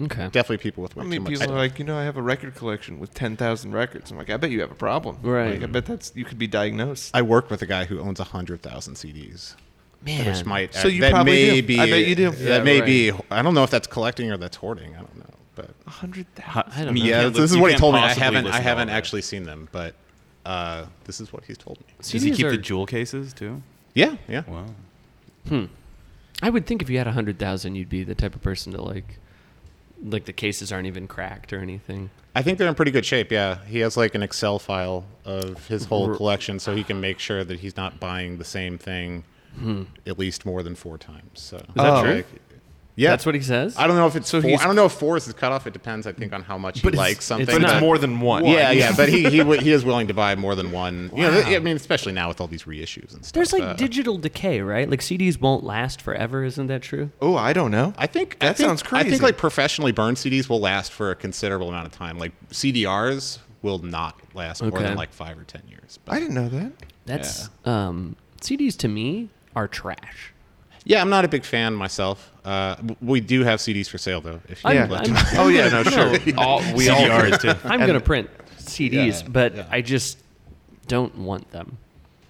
Speaker 1: Okay.
Speaker 3: definitely people with way
Speaker 2: I
Speaker 3: too
Speaker 2: mean,
Speaker 3: much
Speaker 2: people
Speaker 3: stuff.
Speaker 2: are like, you know, I have a record collection with 10,000 records. I'm like, I bet you have a problem.
Speaker 1: Right.
Speaker 2: Like, I bet that's, you could be diagnosed.
Speaker 3: I work with a guy who owns hundred thousand CDs.
Speaker 1: Man.
Speaker 3: which might uh,
Speaker 2: So you
Speaker 3: that
Speaker 2: probably
Speaker 3: may
Speaker 2: do.
Speaker 3: be.
Speaker 2: I bet you do.
Speaker 3: That
Speaker 2: Yeah,
Speaker 3: may
Speaker 1: right.
Speaker 3: be. I don't know if that's collecting or that's hoarding. I don't know, but
Speaker 2: 100,000.
Speaker 1: I don't know.
Speaker 3: yeah,
Speaker 4: can't
Speaker 3: this
Speaker 4: li-
Speaker 3: is
Speaker 4: you
Speaker 3: what he
Speaker 4: can't
Speaker 3: told me. I
Speaker 4: possibly
Speaker 3: haven't.
Speaker 4: listen
Speaker 3: I
Speaker 4: to all
Speaker 3: haven't
Speaker 4: that.
Speaker 3: actually seen them, but uh, this is what he's told me.
Speaker 4: Does he
Speaker 1: CDs
Speaker 4: keep
Speaker 1: are-
Speaker 4: the jewel cases too?
Speaker 3: Yeah, yeah.
Speaker 4: Wow.
Speaker 1: I would think if you had a hundred thousand, you'd be the type of person to like, like the cases aren't even cracked or anything.
Speaker 3: I think they're in pretty good shape. Yeah, he has like an Excel file of his whole
Speaker 1: R-
Speaker 3: collection, so he can make sure that he's not buying the same thing at least more than four times. So is
Speaker 2: that Oh. true?
Speaker 3: yeah,
Speaker 1: that's what he says.
Speaker 3: I don't know if it's.
Speaker 2: So
Speaker 3: four,
Speaker 2: he's-
Speaker 3: I don't know if four is the cutoff. It depends. I think on how much
Speaker 1: But it's-
Speaker 3: he likes something.
Speaker 1: it's But it's not-
Speaker 2: more than one.
Speaker 3: Yeah, yeah, but he he w- he is willing to buy more than one. You know, th- I mean, especially now with all these reissues and stuff.
Speaker 1: There's like
Speaker 3: uh,
Speaker 1: digital decay, right? Like CDs won't last forever. Isn't that true?
Speaker 2: Oh, I don't know.
Speaker 3: I think I
Speaker 2: That
Speaker 3: think-
Speaker 2: sounds
Speaker 3: I think
Speaker 2: crazy.
Speaker 3: like professionally burned CDs will last for a considerable amount of time. Like CDRs will not last more
Speaker 1: Okay.
Speaker 3: than like five or ten years. But
Speaker 2: I didn't know that.
Speaker 1: That's um, CDs to me are trash.
Speaker 3: yeah, I'm not a big fan myself. Uh, w- we do have CDs for sale though. If you
Speaker 1: I'm-
Speaker 3: would like
Speaker 1: I'm-
Speaker 3: to-
Speaker 2: Oh, yeah, no, sure.
Speaker 4: All, we all too.
Speaker 1: I'm gonna print CDs,
Speaker 3: Yeah,
Speaker 1: but
Speaker 3: yeah.
Speaker 1: I just don't want them.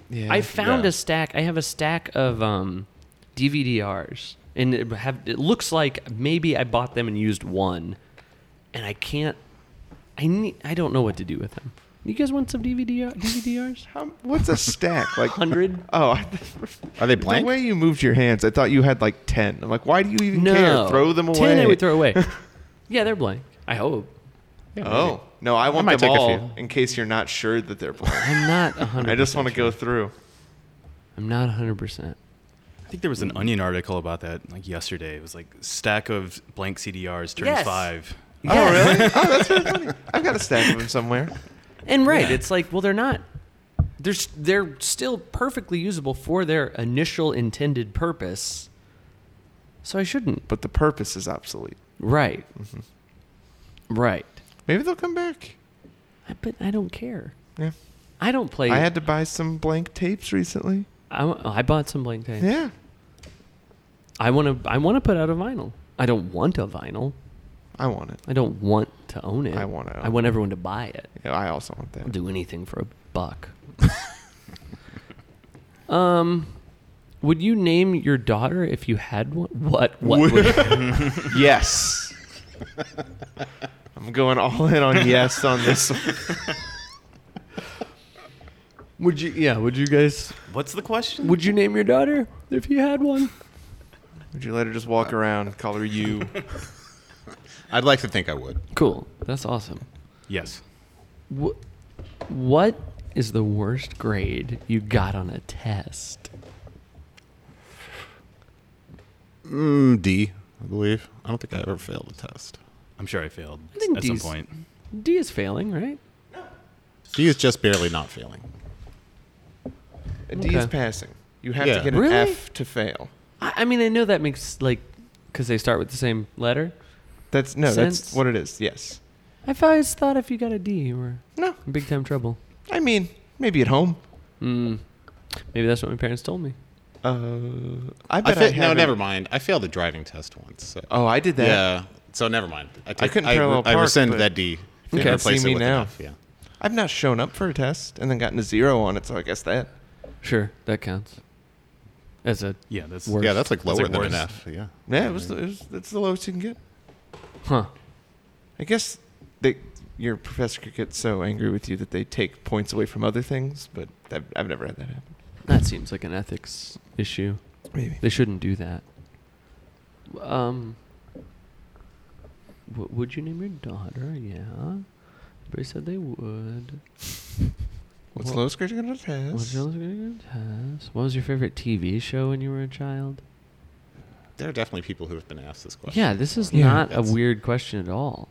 Speaker 2: Yeah.
Speaker 1: I found
Speaker 3: yeah.
Speaker 1: a stack. I have a stack of um, DVDRs, and it, have, it looks like maybe I bought them and used one, and I can't. I need. I don't know what to do with them. You guys want some DVD DVDRs?
Speaker 2: How, what's a stack? Like
Speaker 1: Hundred?
Speaker 2: Oh, I-
Speaker 3: Are they blank?
Speaker 2: The way you moved your hands, I thought you had like ten. I'm like, why do you even care? Throw them away.
Speaker 1: Ten I would throw away. yeah, they're blank. I hope.
Speaker 3: Yeah, maybe.
Speaker 2: Oh no, I want
Speaker 3: might
Speaker 2: them
Speaker 3: take a
Speaker 2: all
Speaker 3: few.
Speaker 2: in case you're not sure that they're blank.
Speaker 1: I'm not a hundred.
Speaker 2: I just want to go through.
Speaker 1: I'm not a hundred percent.
Speaker 4: I think there was an Onion article about that like yesterday. It was like stack of blank CDRs turns
Speaker 1: Yes.
Speaker 4: five.
Speaker 2: Oh really? Oh, that's really funny. I've got a stack of them somewhere.
Speaker 1: And right, it's like, well, they're not. They're s- they're still perfectly usable for their initial intended purpose. So I shouldn't.
Speaker 2: But the purpose is obsolete.
Speaker 1: Right.
Speaker 2: Mm-hmm.
Speaker 1: Right.
Speaker 2: Maybe they'll come back.
Speaker 1: I- But I don't care.
Speaker 2: Yeah.
Speaker 1: I don't play.
Speaker 2: I had to buy some blank tapes recently.
Speaker 1: I, wa- I bought some blank tapes.
Speaker 2: Yeah.
Speaker 1: I want to. I want to put out a vinyl. I don't want a vinyl.
Speaker 2: I want it.
Speaker 1: I don't want to own it.
Speaker 2: I wanna own
Speaker 1: I want everyone to buy it.
Speaker 2: Yeah, I also want
Speaker 1: I'll
Speaker 2: that.
Speaker 1: do anything for a buck. um, would you name your daughter if you had one? What? What? would-
Speaker 2: Yes. I'm going all in on yes on this. one.
Speaker 1: would you? Yeah. Would you guys?
Speaker 4: What's the question?
Speaker 1: Would you name your daughter if you had one?
Speaker 2: Would you let her just walk around, call her you?
Speaker 3: I'd like to think I would.
Speaker 1: Cool. That's awesome.
Speaker 4: yes.
Speaker 1: Wh- what is the worst grade you got on a test?
Speaker 3: Mm, D, I believe. I don't think I ever failed a test.
Speaker 4: I'm sure I failed
Speaker 1: I think
Speaker 4: at some
Speaker 1: D's-
Speaker 4: point.
Speaker 1: D is failing, right?
Speaker 3: D is just barely not failing.
Speaker 2: A D is
Speaker 1: Okay.
Speaker 2: passing. You have
Speaker 3: Yeah.
Speaker 2: to get
Speaker 1: Really?
Speaker 2: an F to fail.
Speaker 1: I, I mean, I know that makes like because they start with the same letter.
Speaker 2: That's no,
Speaker 1: Sense?
Speaker 2: that's what it is. Yes.
Speaker 1: I've always thought if you got a D, you were
Speaker 2: No.
Speaker 1: in big time trouble.
Speaker 2: I mean, maybe at home.
Speaker 1: Mm. Maybe that's what my parents told me.
Speaker 2: Uh, I
Speaker 3: I
Speaker 2: bet I,
Speaker 3: fa- no,
Speaker 2: haven't-
Speaker 3: never mind. I failed a driving test once. So.
Speaker 2: Oh, I did that.
Speaker 3: Yeah. So never mind.
Speaker 2: I couldn't parallel
Speaker 3: I
Speaker 2: park,
Speaker 3: rescind
Speaker 2: but-
Speaker 3: that D.
Speaker 2: You
Speaker 3: and
Speaker 2: can't
Speaker 3: replace
Speaker 2: see
Speaker 3: it
Speaker 2: me
Speaker 3: with
Speaker 2: now.
Speaker 3: an F, yeah.
Speaker 2: I've not shown up for a test and then gotten a zero on it, so I guess that.
Speaker 1: Sure, that counts. As a
Speaker 4: Yeah, that's
Speaker 1: Worst.
Speaker 3: Yeah, that's like lower
Speaker 4: That's like
Speaker 3: than an
Speaker 4: worse.
Speaker 3: F. Yeah.
Speaker 2: Yeah, it was, the, it was that's the lowest you can get.
Speaker 1: huh.
Speaker 2: I guess they, your professor could get so angry with you that they take points away from other things, but I've, I've never had that happen.
Speaker 1: That seems like an ethics issue.
Speaker 2: Maybe.
Speaker 1: They shouldn't do that. Um. What would you name your daughter? Yeah, everybody said they would.
Speaker 2: What's
Speaker 1: Wha-
Speaker 2: the lowest grade you're gonna test?
Speaker 1: What's your test? What was your favorite TV show when you were a child?
Speaker 3: There are definitely people who have been asked this question.
Speaker 1: Yeah, this is
Speaker 2: Yeah,
Speaker 1: not a
Speaker 3: that's-
Speaker 1: weird question at all.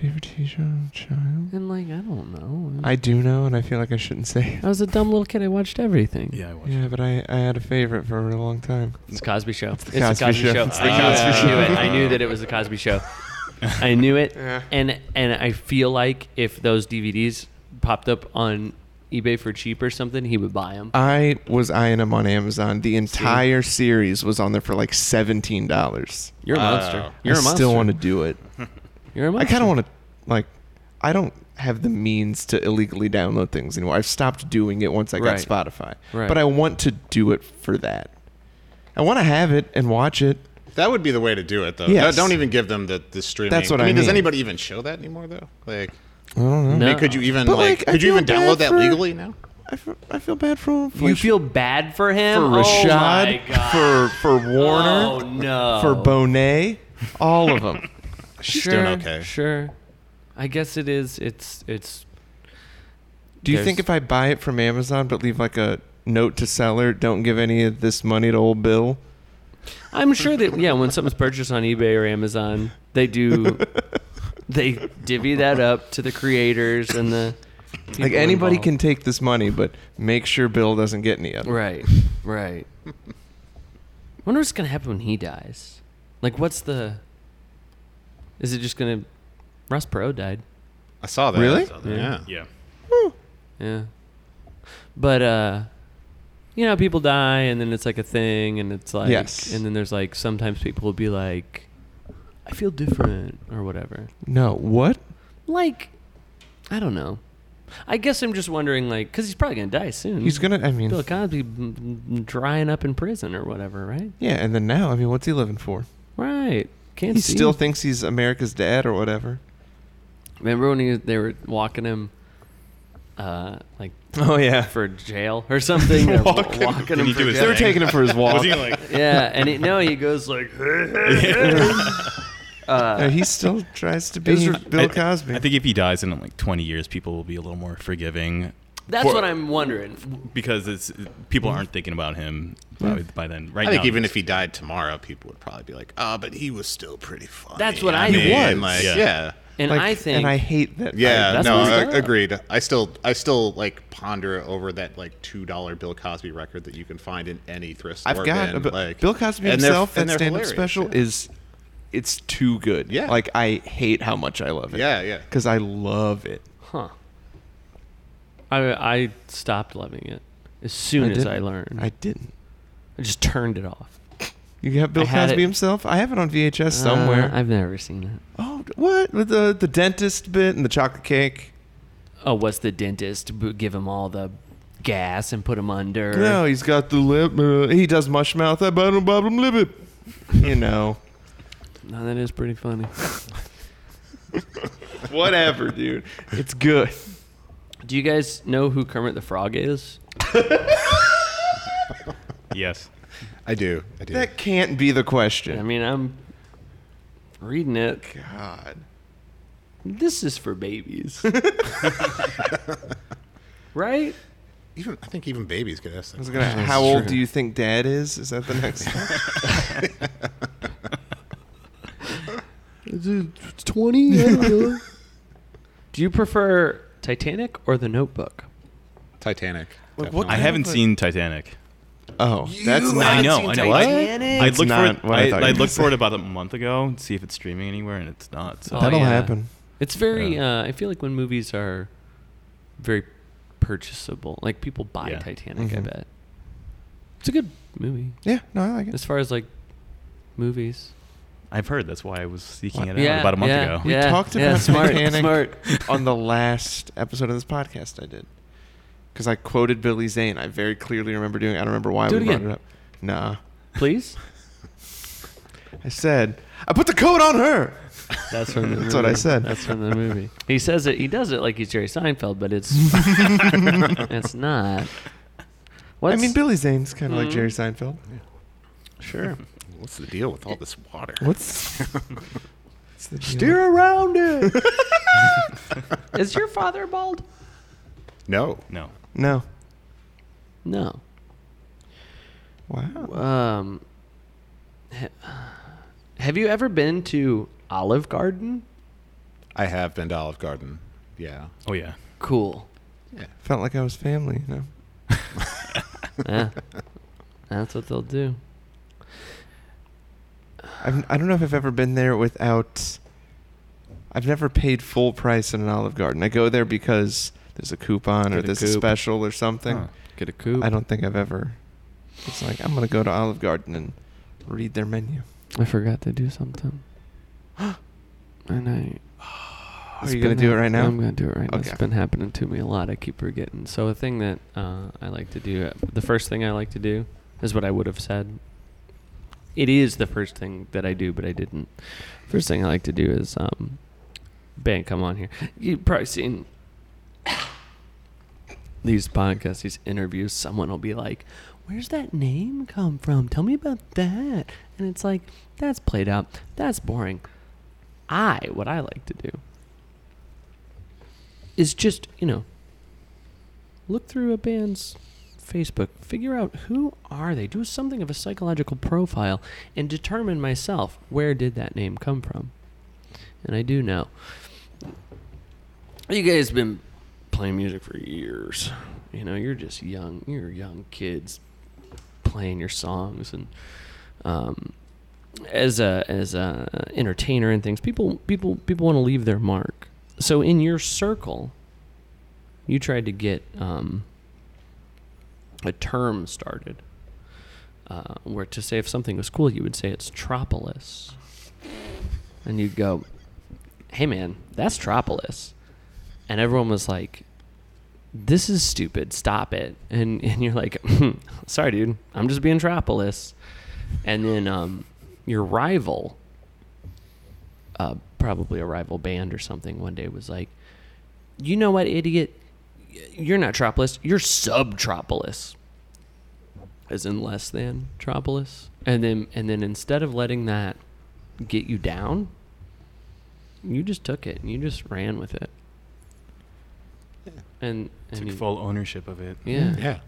Speaker 2: favorite teacher of child?
Speaker 1: And like, I don't know.
Speaker 2: I do know, and I feel like I shouldn't say.
Speaker 1: I was a dumb little kid. I watched everything.
Speaker 4: Yeah, I watched.
Speaker 2: Yeah, but I, I had a favorite for a really long time.
Speaker 1: It's Cosby Show. It's
Speaker 2: the Cosby Show. It's
Speaker 1: I,
Speaker 2: the
Speaker 1: knew it.
Speaker 3: Cosby
Speaker 1: I knew it.
Speaker 3: Show.
Speaker 1: I knew that it was the Cosby Show. I knew it.
Speaker 2: Yeah.
Speaker 1: And and I feel like if those DVDs popped up on eBay for cheap or something, he would buy them.
Speaker 2: I was eyeing them on Amazon. The entire series was on there for like seventeen dollars.
Speaker 1: You're a
Speaker 4: Wow.
Speaker 1: monster. You're
Speaker 2: I
Speaker 1: a monster.
Speaker 2: still want to do it.
Speaker 1: You're a
Speaker 2: I
Speaker 1: monster.
Speaker 2: kind of want to like. I don't have the means to illegally download things anymore. I've stopped doing it once I got
Speaker 1: Right.
Speaker 2: Spotify.
Speaker 1: Right.
Speaker 2: But I want to do it for that. I want to have it and watch it.
Speaker 3: That would be the way to do it, though.
Speaker 2: Yes.
Speaker 3: Don't even give them the, the streaming.
Speaker 2: That's what I
Speaker 3: Does
Speaker 2: mean. Uh,
Speaker 3: anybody even show that anymore, though? Like,
Speaker 1: No.
Speaker 3: I mean, could you even
Speaker 2: But,
Speaker 3: like,
Speaker 2: like, I
Speaker 3: could you
Speaker 2: feel
Speaker 3: even
Speaker 2: bad
Speaker 3: download that
Speaker 2: for-
Speaker 3: legally now?
Speaker 2: I fe- I feel bad for, for
Speaker 1: You feel bad for
Speaker 2: for
Speaker 1: him?
Speaker 2: Rashad,
Speaker 1: Oh my God.
Speaker 2: for for Warner,
Speaker 1: Oh, no.
Speaker 2: for Bonet, all of them.
Speaker 3: She's
Speaker 1: sure,
Speaker 3: doing okay.
Speaker 1: Sure. I guess it is. It's it's
Speaker 2: Do you
Speaker 1: There's-
Speaker 2: think if I buy it from Amazon but leave like a note to seller, don't give any of this money to old Bill?
Speaker 1: I'm sure that yeah, when something's purchased on eBay or Amazon, they do they divvy that up to the creators and the
Speaker 2: like
Speaker 1: people
Speaker 2: anybody can
Speaker 1: involved.
Speaker 2: take this money, but make sure Bill doesn't get any of it.
Speaker 1: Right. Right. wonder what's gonna happen when he dies. Like what's the Is it just gonna Russ Perot died.
Speaker 3: I saw that.
Speaker 2: Really?
Speaker 3: Yeah.
Speaker 4: Yeah.
Speaker 1: Yeah. But uh you know, people die and then it's like a thing and it's like
Speaker 2: Yes.
Speaker 1: and then there's like sometimes people will be like I feel different or whatever.
Speaker 2: No, what?
Speaker 1: Like I don't know. I guess I'm just wondering like cuz he's probably going to die soon.
Speaker 2: He's gonna. I mean,
Speaker 1: Bill Cosby m- m- drying up in prison or whatever, right?
Speaker 2: yeah. And then now, I mean, what's he living for?
Speaker 1: Right. Can't
Speaker 2: He
Speaker 1: see.
Speaker 2: still thinks he's America's dad or whatever.
Speaker 1: Remember when he, they were walking him uh like
Speaker 2: Oh yeah.
Speaker 1: for jail or something? They're wa-
Speaker 2: Walking him.
Speaker 1: walking
Speaker 4: Did
Speaker 1: him
Speaker 4: he
Speaker 1: for
Speaker 4: do his
Speaker 2: They were
Speaker 1: jail.
Speaker 4: thing?
Speaker 2: taking him for his walk.
Speaker 4: Was he like?
Speaker 1: Yeah, and he, no, he goes like,
Speaker 2: No, Uh, he still tries to
Speaker 1: was
Speaker 2: be
Speaker 1: re-
Speaker 2: Bill Cosby.
Speaker 4: I, think if he dies in like 20 years, people will be a little more forgiving.
Speaker 1: that's
Speaker 4: For-
Speaker 1: what I'm wondering.
Speaker 4: because it's people aren't thinking about him by, by then. Right
Speaker 3: I think
Speaker 4: now,
Speaker 3: even if he died tomorrow, people would probably be like, "Ah, but he was still pretty funny."
Speaker 1: That's what I
Speaker 3: mean,
Speaker 1: was.
Speaker 3: Like,
Speaker 4: Yeah.
Speaker 3: yeah, yeah.
Speaker 1: And
Speaker 2: Like,
Speaker 1: I think
Speaker 2: and I hate that.
Speaker 1: that's
Speaker 3: no,
Speaker 1: what he's
Speaker 3: I,
Speaker 1: got.
Speaker 3: agreed. I still, I still like ponder over that like two dollar Bill Cosby record that you can find in any thrift store.
Speaker 2: I've got
Speaker 3: bin,
Speaker 2: a Bi-
Speaker 3: like,
Speaker 2: Bill Cosby
Speaker 3: and they're-
Speaker 2: himself.
Speaker 3: and
Speaker 2: That
Speaker 3: they're
Speaker 2: stand-up
Speaker 3: hilarious,
Speaker 2: special
Speaker 3: yeah.
Speaker 2: is, it's too good.
Speaker 3: Yeah.
Speaker 2: Like I hate how much I love it.
Speaker 3: Yeah, yeah.
Speaker 2: Because I love it.
Speaker 1: huh? I I stopped loving it as soon as
Speaker 2: didn't-
Speaker 1: I learned.
Speaker 2: I
Speaker 1: I,
Speaker 2: didn't.
Speaker 1: just turned it off.
Speaker 2: You have Bill
Speaker 1: I had
Speaker 2: Cosby
Speaker 1: it-
Speaker 2: himself. I have it on VHS
Speaker 1: Uh,
Speaker 2: somewhere.
Speaker 1: I've never seen it.
Speaker 2: oh, what with the the dentist bit and the chocolate cake?
Speaker 1: Oh, was the dentist b- give him all the gas and put him under?
Speaker 2: No, he's got the lip. Uh, he does mush mouth. I bottom bottom lip it. You know,
Speaker 1: No, that is pretty funny.
Speaker 2: whatever, dude. It's good.
Speaker 1: Do you guys know who Kermit the Frog is?
Speaker 4: yes,
Speaker 3: I do, I do.
Speaker 2: That can't be the question.
Speaker 1: I mean, I'm reading it.
Speaker 2: God.
Speaker 1: This is for babies, right?
Speaker 3: even I think even babies could ask
Speaker 2: I was
Speaker 3: that.
Speaker 2: gonna. How old do you think Dad is? Is that the next? one?
Speaker 1: Twenty. do you prefer Titanic or The Notebook?
Speaker 3: Titanic.
Speaker 2: Look, what-
Speaker 3: definitely.
Speaker 4: I haven't seen Titanic.
Speaker 2: Oh, that's
Speaker 4: I
Speaker 2: not.
Speaker 4: know, I know.
Speaker 1: Titanic?
Speaker 4: I
Speaker 2: It's
Speaker 4: looked for
Speaker 2: not
Speaker 4: it.
Speaker 2: what I
Speaker 4: I,
Speaker 2: thought you
Speaker 4: I
Speaker 2: were gonna
Speaker 4: looked for
Speaker 2: say.
Speaker 4: it about a month ago to see if it's streaming anywhere, and it's not. So
Speaker 1: Oh,
Speaker 2: That'll
Speaker 1: yeah.
Speaker 2: happen.
Speaker 1: It's very. Uh, I feel like when movies are very purchasable, like people buy
Speaker 4: Yeah.
Speaker 1: Titanic. I
Speaker 2: Mhm.
Speaker 1: bet it's a good movie
Speaker 2: Yeah. No, I like it.
Speaker 1: as far as like movies.
Speaker 4: I've heard that's why I was seeking it
Speaker 1: Yeah,
Speaker 4: out about a month
Speaker 1: yeah,
Speaker 4: ago.
Speaker 2: We
Speaker 1: yeah,
Speaker 2: talked
Speaker 1: yeah,
Speaker 2: about
Speaker 1: smart,
Speaker 2: Titanic
Speaker 1: smart.
Speaker 2: on the last episode of this podcast I did. Because I quoted Billy Zane. I very clearly remember doing I don't remember why
Speaker 1: Do it
Speaker 2: we
Speaker 1: again.
Speaker 2: brought it up. Nah.
Speaker 1: Please.
Speaker 2: I said, I put the coat on her.
Speaker 1: That's from the
Speaker 2: That's what I
Speaker 1: movie.
Speaker 2: said.
Speaker 1: That's from the movie. He says it. He does it like he's Jerry Seinfeld, but it's it's not. What's,
Speaker 2: I mean, Billy Zane's kind of like
Speaker 1: Mhm.
Speaker 2: Jerry Seinfeld.
Speaker 3: Sure. What's the deal with all this water?
Speaker 2: What's. what's the deal?
Speaker 1: around it. Is your father bald?
Speaker 3: No.
Speaker 4: No,
Speaker 2: No.
Speaker 1: No.
Speaker 2: Wow.
Speaker 1: Um. ha- have you ever been to Olive Garden?
Speaker 3: I have been to Olive Garden. Yeah.
Speaker 4: oh yeah,
Speaker 1: Cool.
Speaker 2: Felt like I was family, you know?
Speaker 1: Yeah. That's what they'll do.
Speaker 2: I've, I don't know if I've ever been there without. I've never paid full price in an Olive Garden. I go there because there's a coupon or
Speaker 1: Get a
Speaker 2: there's a
Speaker 1: coupe.
Speaker 2: special or something.
Speaker 5: Huh.
Speaker 1: Get a coupe.
Speaker 2: I don't think I've ever. It's like I'm gonna go to Olive Garden and read their menu.
Speaker 1: I forgot to do something. and I.
Speaker 2: Are
Speaker 1: it's
Speaker 2: you gonna
Speaker 1: been
Speaker 2: do it
Speaker 1: hap-
Speaker 2: right now?
Speaker 1: I'm Oh, gonna do it right now. It's
Speaker 2: Okay.
Speaker 1: been happening to me a lot. I keep forgetting. So a thing that uh, I like to do, the first thing I like to do, is what I would have said. It is the first thing that I do, but I didn't. First thing I like to do is, um, Ben, come on here. You've probably seen these podcasts, these interviews. Someone will be like, "Where's that name come from? Tell me about that." And it's like, that's played out. That's boring. I, what I like to do is just, you know, look through a band's Facebook, figure out who are they, do something of a psychological profile, and determine myself where did that name come from. And I do know. You guys been playing music for years. You know, you're just young. You're young kids playing your songs and um, as a as a entertainer and things, people people people want to leave their mark. So in your circle, you tried to get um, a term started, uh, where to say if something was cool, you would say it's tropolis, and you'd go, "Hey man, that's tropolis," and everyone was like. This is stupid. Stop it. And and you're like, sorry, dude. I'm just being Tropolis. And then um, your rival, uh, probably a rival band or something, one day was like, "You know what, idiot? You're not Tropolis. You're Subtropolis." As in less than Tropolis, and then and then instead of letting that get you down, you just took it and you just ran with it. And, and
Speaker 5: Took
Speaker 1: you-
Speaker 5: full ownership of it.
Speaker 1: yeah,
Speaker 3: Yeah.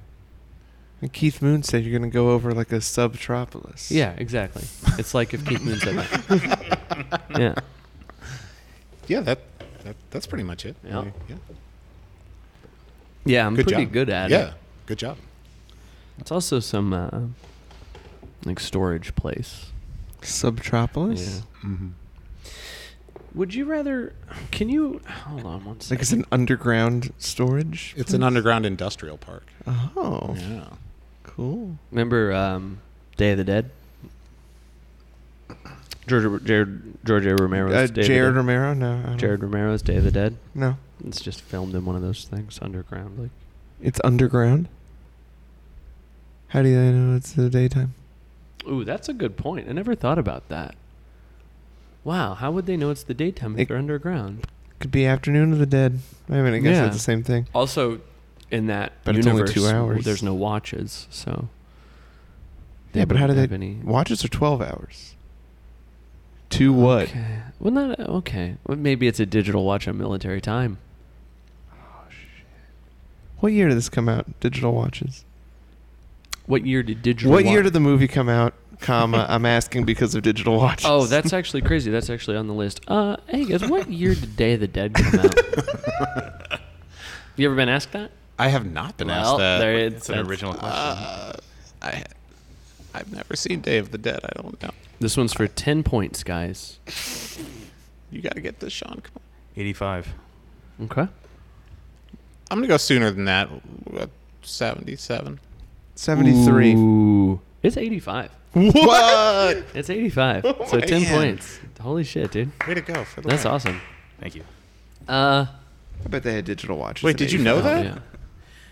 Speaker 2: And Keith Moon said you're gonna go over like a subtropolis.
Speaker 1: Yeah, exactly. It's like if Keith Moon said that. yeah.
Speaker 3: Yeah, that, that that's pretty much it.
Speaker 1: Yeah.
Speaker 3: yeah.
Speaker 1: Yeah, I'm
Speaker 3: Good
Speaker 1: pretty
Speaker 3: job.
Speaker 1: good at
Speaker 3: yeah.
Speaker 1: it.
Speaker 3: Good job.
Speaker 1: It's also some uh, like storage place.
Speaker 2: Subtropolis.
Speaker 1: Yeah.
Speaker 2: Mm-hmm.
Speaker 1: Would you rather can you hold on one
Speaker 2: Like it's
Speaker 1: second.
Speaker 2: an underground storage.
Speaker 3: It's an underground industrial park.
Speaker 2: Oh,
Speaker 3: Yeah.
Speaker 2: cool.
Speaker 1: Remember um, Day of the Dead? George Jared George A. Romero's
Speaker 2: Uh,
Speaker 1: Day
Speaker 2: Jared
Speaker 1: of the Dead.
Speaker 2: Romero? No. I don't-
Speaker 1: Jared Romero's Day of the Dead.
Speaker 2: No.
Speaker 1: It's just filmed in one of those things underground like
Speaker 2: It's underground. How do they know it's the daytime?
Speaker 1: Ooh, that's a good point. I never thought about that. Wow, how would they know it's the daytime if
Speaker 2: It-
Speaker 1: they're underground?
Speaker 2: Could be afternoon of the dead. I mean, I guess
Speaker 1: Yeah.
Speaker 2: that's the same thing.
Speaker 1: Also, in that
Speaker 2: But it's only
Speaker 1: universe,
Speaker 2: two hours.
Speaker 1: there's no watches, so
Speaker 2: Yeah, but how do
Speaker 1: wouldn't
Speaker 2: they
Speaker 1: have any-
Speaker 2: watches are twelve hours? To what?
Speaker 1: Okay. Well, not okay. Well, maybe it's a digital watch on military time. Oh,
Speaker 2: What year did this come out? Digital watches.
Speaker 1: What year did digital?
Speaker 2: what year
Speaker 1: watch-
Speaker 2: did the movie come out? Comma. I'm asking because of digital watches.
Speaker 1: Oh, that's actually crazy. That's actually on the list. Uh, hey guys, what year did Day of the Dead come out? you ever been asked that?
Speaker 3: I have not been
Speaker 1: Well,
Speaker 3: asked that.
Speaker 1: there uh, it-
Speaker 4: It's an
Speaker 1: that's-
Speaker 4: original question.
Speaker 3: I I've never seen Day of the Dead. I don't know.
Speaker 1: This one's for ten points, guys.
Speaker 3: You got to get this, Sean. Come on.
Speaker 4: 85.
Speaker 1: Okay.
Speaker 3: I'm gonna go sooner than that. What, Seventy-seven.
Speaker 2: seventy three.
Speaker 1: Ooh, it's eighty-five.
Speaker 3: What?
Speaker 1: It's eighty-five. so ten
Speaker 3: man.
Speaker 1: points. Holy shit, dude.
Speaker 3: Way to go for the
Speaker 1: That's
Speaker 3: win.
Speaker 1: awesome.
Speaker 4: Thank you.
Speaker 1: Uh,
Speaker 2: I bet they had digital watches.
Speaker 3: Wait,
Speaker 2: in
Speaker 3: did you
Speaker 2: 85.
Speaker 3: know that?
Speaker 1: yeah.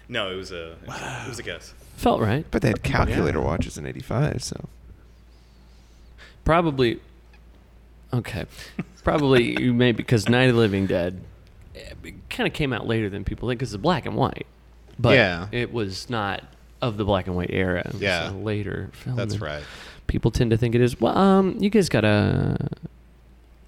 Speaker 4: No, it was a it was a guess.
Speaker 1: Felt right.
Speaker 2: But they
Speaker 3: Oh,
Speaker 2: had calculator watches in '85, so
Speaker 1: Probably. Okay. Probably you may because Night of the Living Dead kind of came out later than people think because it's black and white. But
Speaker 3: Yeah.
Speaker 1: it was not of the black and white era. It was
Speaker 3: Yeah.
Speaker 1: a later film.
Speaker 3: That's
Speaker 1: and
Speaker 3: right.
Speaker 1: People tend to think it is. Well, um, you guys got a.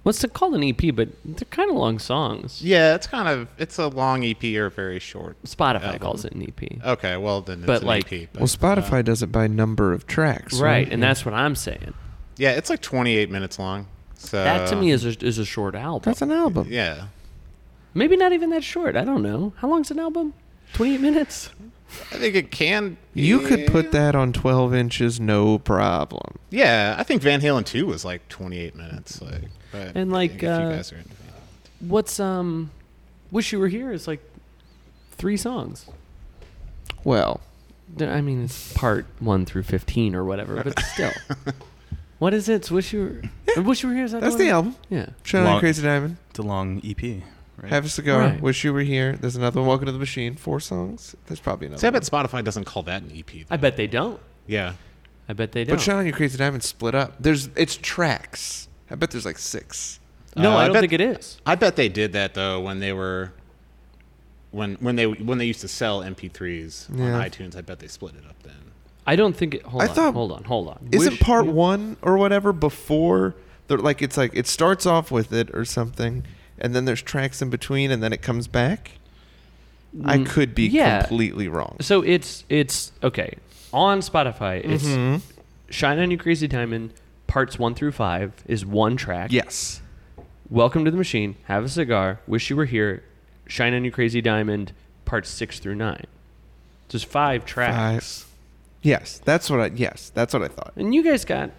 Speaker 1: What's it called an EP? But they're kind of long songs.
Speaker 3: Yeah, it's kind of it's a long EP or very short.
Speaker 1: Spotify
Speaker 3: Album.
Speaker 1: calls it an E EP.
Speaker 3: Okay, well then it's
Speaker 1: But,
Speaker 3: an
Speaker 1: like-
Speaker 3: EP. but,
Speaker 2: well, Spotify does it by number of tracks, right?
Speaker 1: Right, and that's what I'm saying.
Speaker 3: yeah, it's like 28 minutes long. So
Speaker 1: that to me is a, is a short album.
Speaker 2: that's an album.
Speaker 3: yeah.
Speaker 1: Maybe not even that short. I don't know. How long's an album? 28 minutes?
Speaker 3: I think it can.
Speaker 2: You could
Speaker 3: yeah.
Speaker 2: put that on 12 inches, no problem.
Speaker 3: Yeah, I think Van Halen 2 was like 28 minutes. Like, but
Speaker 1: And,
Speaker 3: I
Speaker 1: like,
Speaker 3: think if
Speaker 1: uh,
Speaker 3: you guys are into Van Halen.
Speaker 1: What's um Wish You Were Here is like three songs.
Speaker 2: Well,
Speaker 1: Th- I mean, it's part one through fifteen or whatever, but still. what is it? It's Wish you were. or Wish you were here. Is that
Speaker 2: that's
Speaker 1: the,
Speaker 2: the
Speaker 1: one?
Speaker 2: album.
Speaker 1: Yeah.
Speaker 2: Shine
Speaker 4: Long-
Speaker 2: on Crazy Diamond.
Speaker 4: It's a long E EP, right?
Speaker 2: Have a cigar.
Speaker 1: Right.
Speaker 2: Wish you were here. There's another one. Welcome to the Machine. Four songs. There's probably another.
Speaker 3: See, I
Speaker 2: one.
Speaker 3: bet Spotify doesn't call that an EP.
Speaker 1: I bet they don't.
Speaker 3: Yeah.
Speaker 1: I bet they don't.
Speaker 2: But Shine on Your Crazy Diamond split up. There's it's tracks. I bet there's like six.
Speaker 1: no,
Speaker 3: Uh,
Speaker 1: I
Speaker 3: I
Speaker 1: don't
Speaker 3: bet-
Speaker 1: think it is.
Speaker 3: I bet they did that though when they were when when they when they used to sell MP3s
Speaker 2: Yeah.
Speaker 3: on iTunes. I bet they split it up then.
Speaker 1: I don't think it. Hold
Speaker 2: I
Speaker 1: on.
Speaker 2: thought-
Speaker 1: hold on. Hold on.
Speaker 2: Isn't
Speaker 1: Wish
Speaker 2: part
Speaker 1: You-
Speaker 2: one or whatever before? The, like it's like it starts off with it or something, and then there's tracks in between, and then it comes back. I
Speaker 1: Mm,
Speaker 2: could be
Speaker 1: yeah.
Speaker 2: completely wrong.
Speaker 1: So it's it's okay on Spotify. It's
Speaker 2: Mm-hmm.
Speaker 1: Shine on You Crazy Diamond parts one through five is one track.
Speaker 2: Yes.
Speaker 1: Welcome to the Machine. Have a cigar. Wish you were here. Shine on You Crazy Diamond parts six through nine. Just five tracks.
Speaker 2: Yes, that's what I. Yes, that's what I thought.
Speaker 1: And you guys got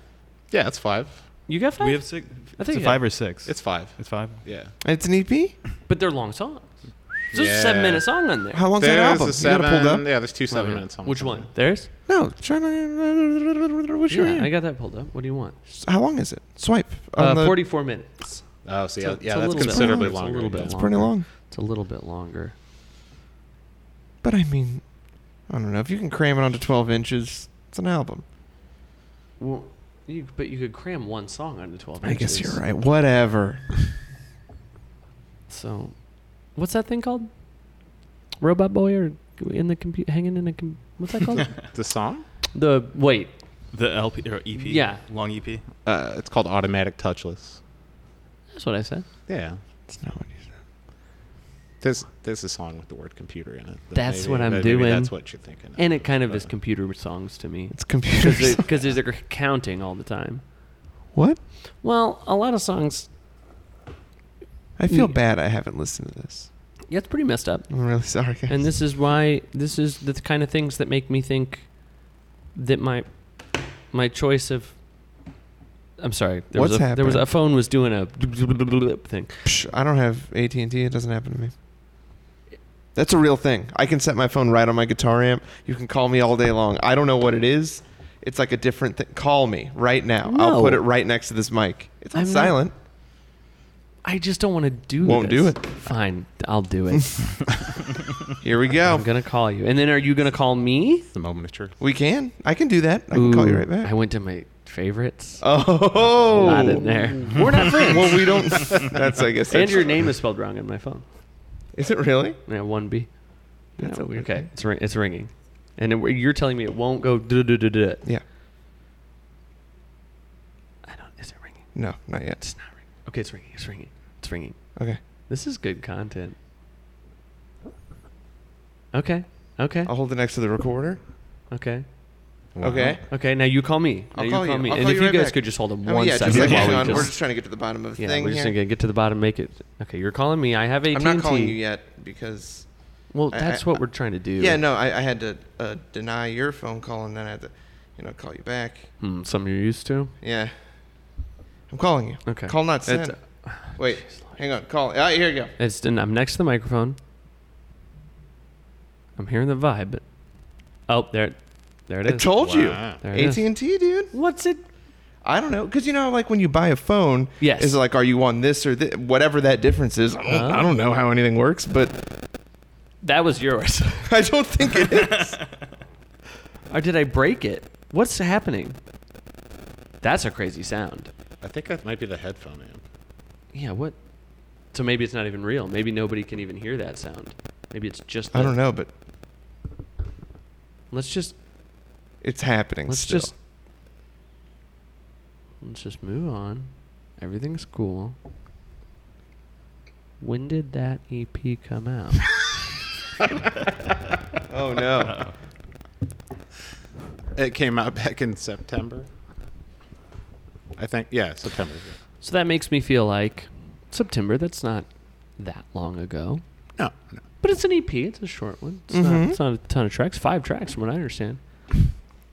Speaker 3: Yeah, it's five.
Speaker 1: you got five.
Speaker 4: we have six.
Speaker 1: I
Speaker 4: It's
Speaker 1: think
Speaker 4: a
Speaker 1: I-
Speaker 4: five or six.
Speaker 3: It's five.
Speaker 4: it's five.
Speaker 3: Yeah.
Speaker 2: It's an E EP.
Speaker 1: but they're long songs. There's a
Speaker 3: Yeah.
Speaker 1: seven minute song on there.
Speaker 2: How long's that
Speaker 3: There's
Speaker 2: album?
Speaker 3: a
Speaker 2: you got it
Speaker 3: seven.
Speaker 2: pulled up?
Speaker 3: Yeah, there's two seven minute songs.
Speaker 1: Which one? Theirs?
Speaker 2: No, trying to. What's your
Speaker 1: Yeah, I
Speaker 2: name?
Speaker 1: got that pulled up. What do you want?
Speaker 2: How long is it? Swipe. on
Speaker 1: Uh,
Speaker 2: the-
Speaker 1: Forty-four minutes.
Speaker 3: Oh, so yeah,
Speaker 1: It's a- it's
Speaker 3: yeah
Speaker 1: a
Speaker 3: that's
Speaker 1: little bit
Speaker 2: long.
Speaker 3: considerably
Speaker 1: It's a
Speaker 3: longer.
Speaker 1: little bit
Speaker 3: yeah.
Speaker 2: It's pretty long.
Speaker 1: It's a little bit longer.
Speaker 2: But I mean, I don't know. If you can cram it onto 12 inches, it's an album.
Speaker 1: Well, you, but you could cram one song onto twelve.
Speaker 2: I guess
Speaker 1: inches.
Speaker 2: you're right. Whatever.
Speaker 1: So, what's that thing called? Robot Boy or in the computer, hanging in a com- what's that called?
Speaker 3: The song?
Speaker 1: the wait,
Speaker 4: The LP or EP.
Speaker 1: Yeah.
Speaker 4: Long E EP.
Speaker 3: Uh, it's called Automatic Touchless.
Speaker 1: that's what I said.
Speaker 3: Yeah.
Speaker 2: It's not what you said.
Speaker 3: There's there's a song with the word computer in it. that
Speaker 1: That's what I'm
Speaker 3: that maybe
Speaker 1: doing.
Speaker 3: That's what you're thinking.
Speaker 1: And it kind of
Speaker 3: but-
Speaker 1: is computer songs to me
Speaker 2: It's computers.
Speaker 1: because because they're counting all the time.
Speaker 2: what?
Speaker 1: Well, a lot of songs.
Speaker 2: I feel
Speaker 1: Yeah.
Speaker 2: bad I haven't listened to this.
Speaker 1: Yeah, it's pretty messed up.
Speaker 2: I'm really sorry, guys.
Speaker 1: And this is why this is the kind of things that make me think that my my choice of I'm sorry. There was
Speaker 2: What's
Speaker 1: a, There was
Speaker 2: happening?
Speaker 1: a phone was doing a thing.
Speaker 2: Psh, I don't have AT&T. It doesn't happen to me. That's a real thing. I can set my phone right on my guitar amp. You can call me all day long. I don't know what it is. It's like a different thing. Call me right now. I'll
Speaker 1: No.
Speaker 2: put it right next to this mic. It's on
Speaker 1: I'm not-
Speaker 2: silent.
Speaker 1: I just don't want to do.
Speaker 2: Won't
Speaker 1: this.
Speaker 2: do it.
Speaker 1: Fine, I'll do it.
Speaker 2: Here we go.
Speaker 1: I'm gonna call you, and then are you gonna call me?
Speaker 3: It's the moment of truth.
Speaker 2: We can. I can do that. I can call you
Speaker 1: Ooh,
Speaker 2: right back.
Speaker 1: I went to my favorites.
Speaker 2: Oh,
Speaker 1: Not in there. We're not friends.
Speaker 2: well, we don't. That's I guess.
Speaker 1: and
Speaker 2: that's-
Speaker 1: your name is spelled wrong on my phone.
Speaker 2: Is it really?
Speaker 1: Yeah, one B.
Speaker 2: That's a weird
Speaker 1: Okay,
Speaker 2: thing.
Speaker 1: it's ring, it's ringing, and it, you're telling me it won't go. duh, duh, duh, duh.
Speaker 2: Yeah.
Speaker 1: I don't. Is it ringing?
Speaker 2: No, not yet.
Speaker 1: It's not ringing. Okay, it's ringing. It's ringing. It's ringing.
Speaker 2: Okay.
Speaker 1: This is good content. Okay. Okay.
Speaker 2: I'll hold it next to the recorder.
Speaker 1: Okay.
Speaker 2: Okay.
Speaker 1: Okay. Now you call me. Now
Speaker 2: I'll call you.
Speaker 1: me.
Speaker 2: I'll
Speaker 1: and
Speaker 2: call
Speaker 1: if
Speaker 2: you
Speaker 1: you
Speaker 2: right
Speaker 1: guys
Speaker 2: back.
Speaker 1: could just hold on
Speaker 2: Oh,
Speaker 1: one
Speaker 2: yeah,
Speaker 1: second
Speaker 2: just like
Speaker 1: while
Speaker 2: hang
Speaker 1: we
Speaker 2: on. We're
Speaker 1: just-
Speaker 2: just trying to get to the bottom of the
Speaker 1: Yeah,
Speaker 2: thing
Speaker 1: we're just
Speaker 2: here.
Speaker 1: gonna get to the bottom. Make it okay. You're calling me. I have AT
Speaker 2: I'm
Speaker 1: and
Speaker 2: not calling you yet because.
Speaker 1: Well,
Speaker 2: I-
Speaker 1: that's
Speaker 2: I-
Speaker 1: what we're trying to do.
Speaker 2: Yeah, no, I, I had to uh, deny your phone call and then I had to, you know, call you back.
Speaker 1: Hmm, something you're used to.
Speaker 2: Yeah. I'm calling you.
Speaker 1: Okay.
Speaker 2: Call not
Speaker 1: That's-
Speaker 2: send. Wait, hang on. Call. Ah, here you go.
Speaker 1: It's. And I'm next to the microphone. I'm hearing the vibe. But, oh, there, there it
Speaker 2: I
Speaker 1: is.
Speaker 2: told
Speaker 3: Wow.
Speaker 1: There
Speaker 2: you.
Speaker 1: it is.
Speaker 2: AT&T, dude.
Speaker 1: What's it?
Speaker 2: I don't know, because you know, like when you buy a phone,
Speaker 1: Yes.
Speaker 2: is it like are you on this or th- whatever that difference is? I don't, I don't know how anything works, but
Speaker 1: That was yours.
Speaker 2: I don't think it is.
Speaker 1: or did I break it? What's happening? That's a crazy sound.
Speaker 3: I think that might be the headphone amp.
Speaker 1: Yeah. What? So maybe it's not even real. Maybe nobody can even hear that sound. Maybe it's just.
Speaker 2: I
Speaker 1: the-
Speaker 2: don't know, but
Speaker 1: Let's just
Speaker 2: it's happening.
Speaker 1: Let's
Speaker 2: still.
Speaker 1: just let's just move on. Everything's cool. When did that EP come out?
Speaker 2: Oh no!
Speaker 3: It came out back in September. I think yeah, September. yeah.
Speaker 1: so that makes me feel like September. That's not that long ago,
Speaker 3: No, no.
Speaker 1: but it's an EP. It's a short one. It's, not,
Speaker 2: Mhm.
Speaker 1: it's not a ton of tracks. Five tracks, from what I understand.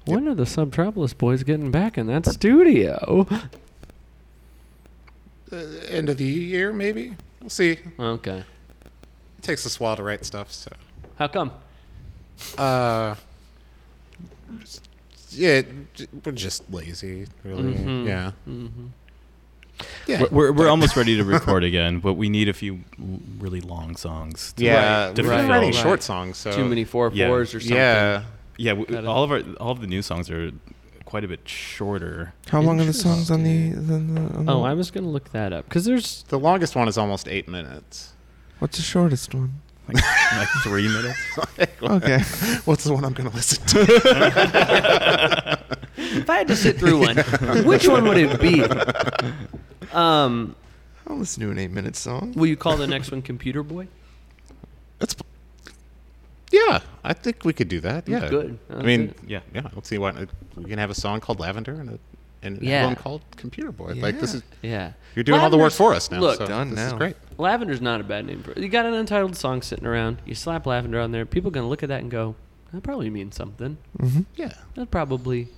Speaker 1: When are the Subtropolis boys getting back in that studio?
Speaker 3: Uh, end of the year maybe. We'll see.
Speaker 1: Okay.
Speaker 3: It takes us a while to write stuff, so
Speaker 1: How come?
Speaker 3: Uh, yeah, j- we're just lazy, really.
Speaker 1: Mhm.
Speaker 3: Yeah,
Speaker 1: Mm-hmm.
Speaker 3: yeah.
Speaker 4: We're- We're, we're almost ready to record again, but we need a few l- really long songs. To
Speaker 3: yeah,
Speaker 4: to
Speaker 3: we're
Speaker 4: fulfill.
Speaker 3: writing
Speaker 1: Right.
Speaker 3: short songs, so
Speaker 1: Too many four
Speaker 4: Yeah.
Speaker 1: fours or something.
Speaker 3: Yeah,
Speaker 4: Yeah, w-
Speaker 1: Gotta-
Speaker 4: all of our all of the new songs are quite a bit shorter.
Speaker 2: How long are the songs on the? the, the on the-
Speaker 1: Oh, I was gonna look that up because there's
Speaker 3: the longest one is almost eight minutes.
Speaker 2: What's the shortest one?
Speaker 4: Like, like three minutes.
Speaker 2: Okay.
Speaker 3: What's the one I'm going to listen to?
Speaker 1: if I had to sit through one, which one would it be? Um,
Speaker 2: I'll listen to an eight-minute song.
Speaker 1: will you call the next one Computer Boy?
Speaker 3: That's yeah. I think we could do that. Yeah,
Speaker 1: Good.
Speaker 3: I mean,
Speaker 1: That's
Speaker 4: Yeah.
Speaker 3: yeah. Let's see why we can have a song called Lavender and a, and
Speaker 1: Yeah.
Speaker 3: one called Computer Boy. Like this
Speaker 2: Yeah.
Speaker 3: is
Speaker 1: Yeah.
Speaker 3: you're doing all the work
Speaker 1: Lavender's-
Speaker 3: for us now.
Speaker 1: Look,
Speaker 3: so
Speaker 2: Done
Speaker 3: this is
Speaker 2: now.
Speaker 3: great.
Speaker 1: Lavender's not a bad name. For, you got an untitled song sitting around. You slap Lavender on there. People gonna look at that and go, that probably means something.
Speaker 2: Mm-hmm.
Speaker 3: Yeah.
Speaker 1: That probably,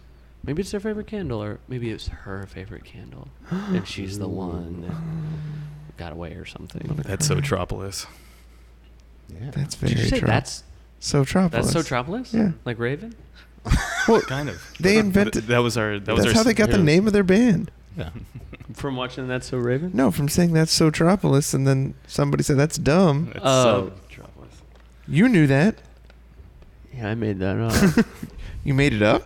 Speaker 1: maybe it's their favorite candle, or maybe it's her favorite candle, and she's the one that got away or something.
Speaker 4: That's so Tropolis.
Speaker 3: Yeah.
Speaker 2: That's very
Speaker 1: Did you say
Speaker 2: true.
Speaker 1: that's
Speaker 2: so
Speaker 1: that's
Speaker 2: Tropolis.
Speaker 1: Sotropolis?
Speaker 2: Yeah.
Speaker 1: Like Raven?
Speaker 2: Well,
Speaker 4: Kind of.
Speaker 2: They
Speaker 4: Th-
Speaker 2: invented-
Speaker 4: that was our. That was
Speaker 2: that's
Speaker 4: our
Speaker 2: how they got the
Speaker 4: yeah.
Speaker 2: name of their band.
Speaker 3: Yeah.
Speaker 1: From watching That's So Raven?
Speaker 2: No, from saying that's Sotropolis, and then somebody said that's dumb.
Speaker 4: That's
Speaker 1: Oh.
Speaker 4: so Tropolis.
Speaker 2: You knew that.
Speaker 1: Yeah, I made that up.
Speaker 2: You made it up.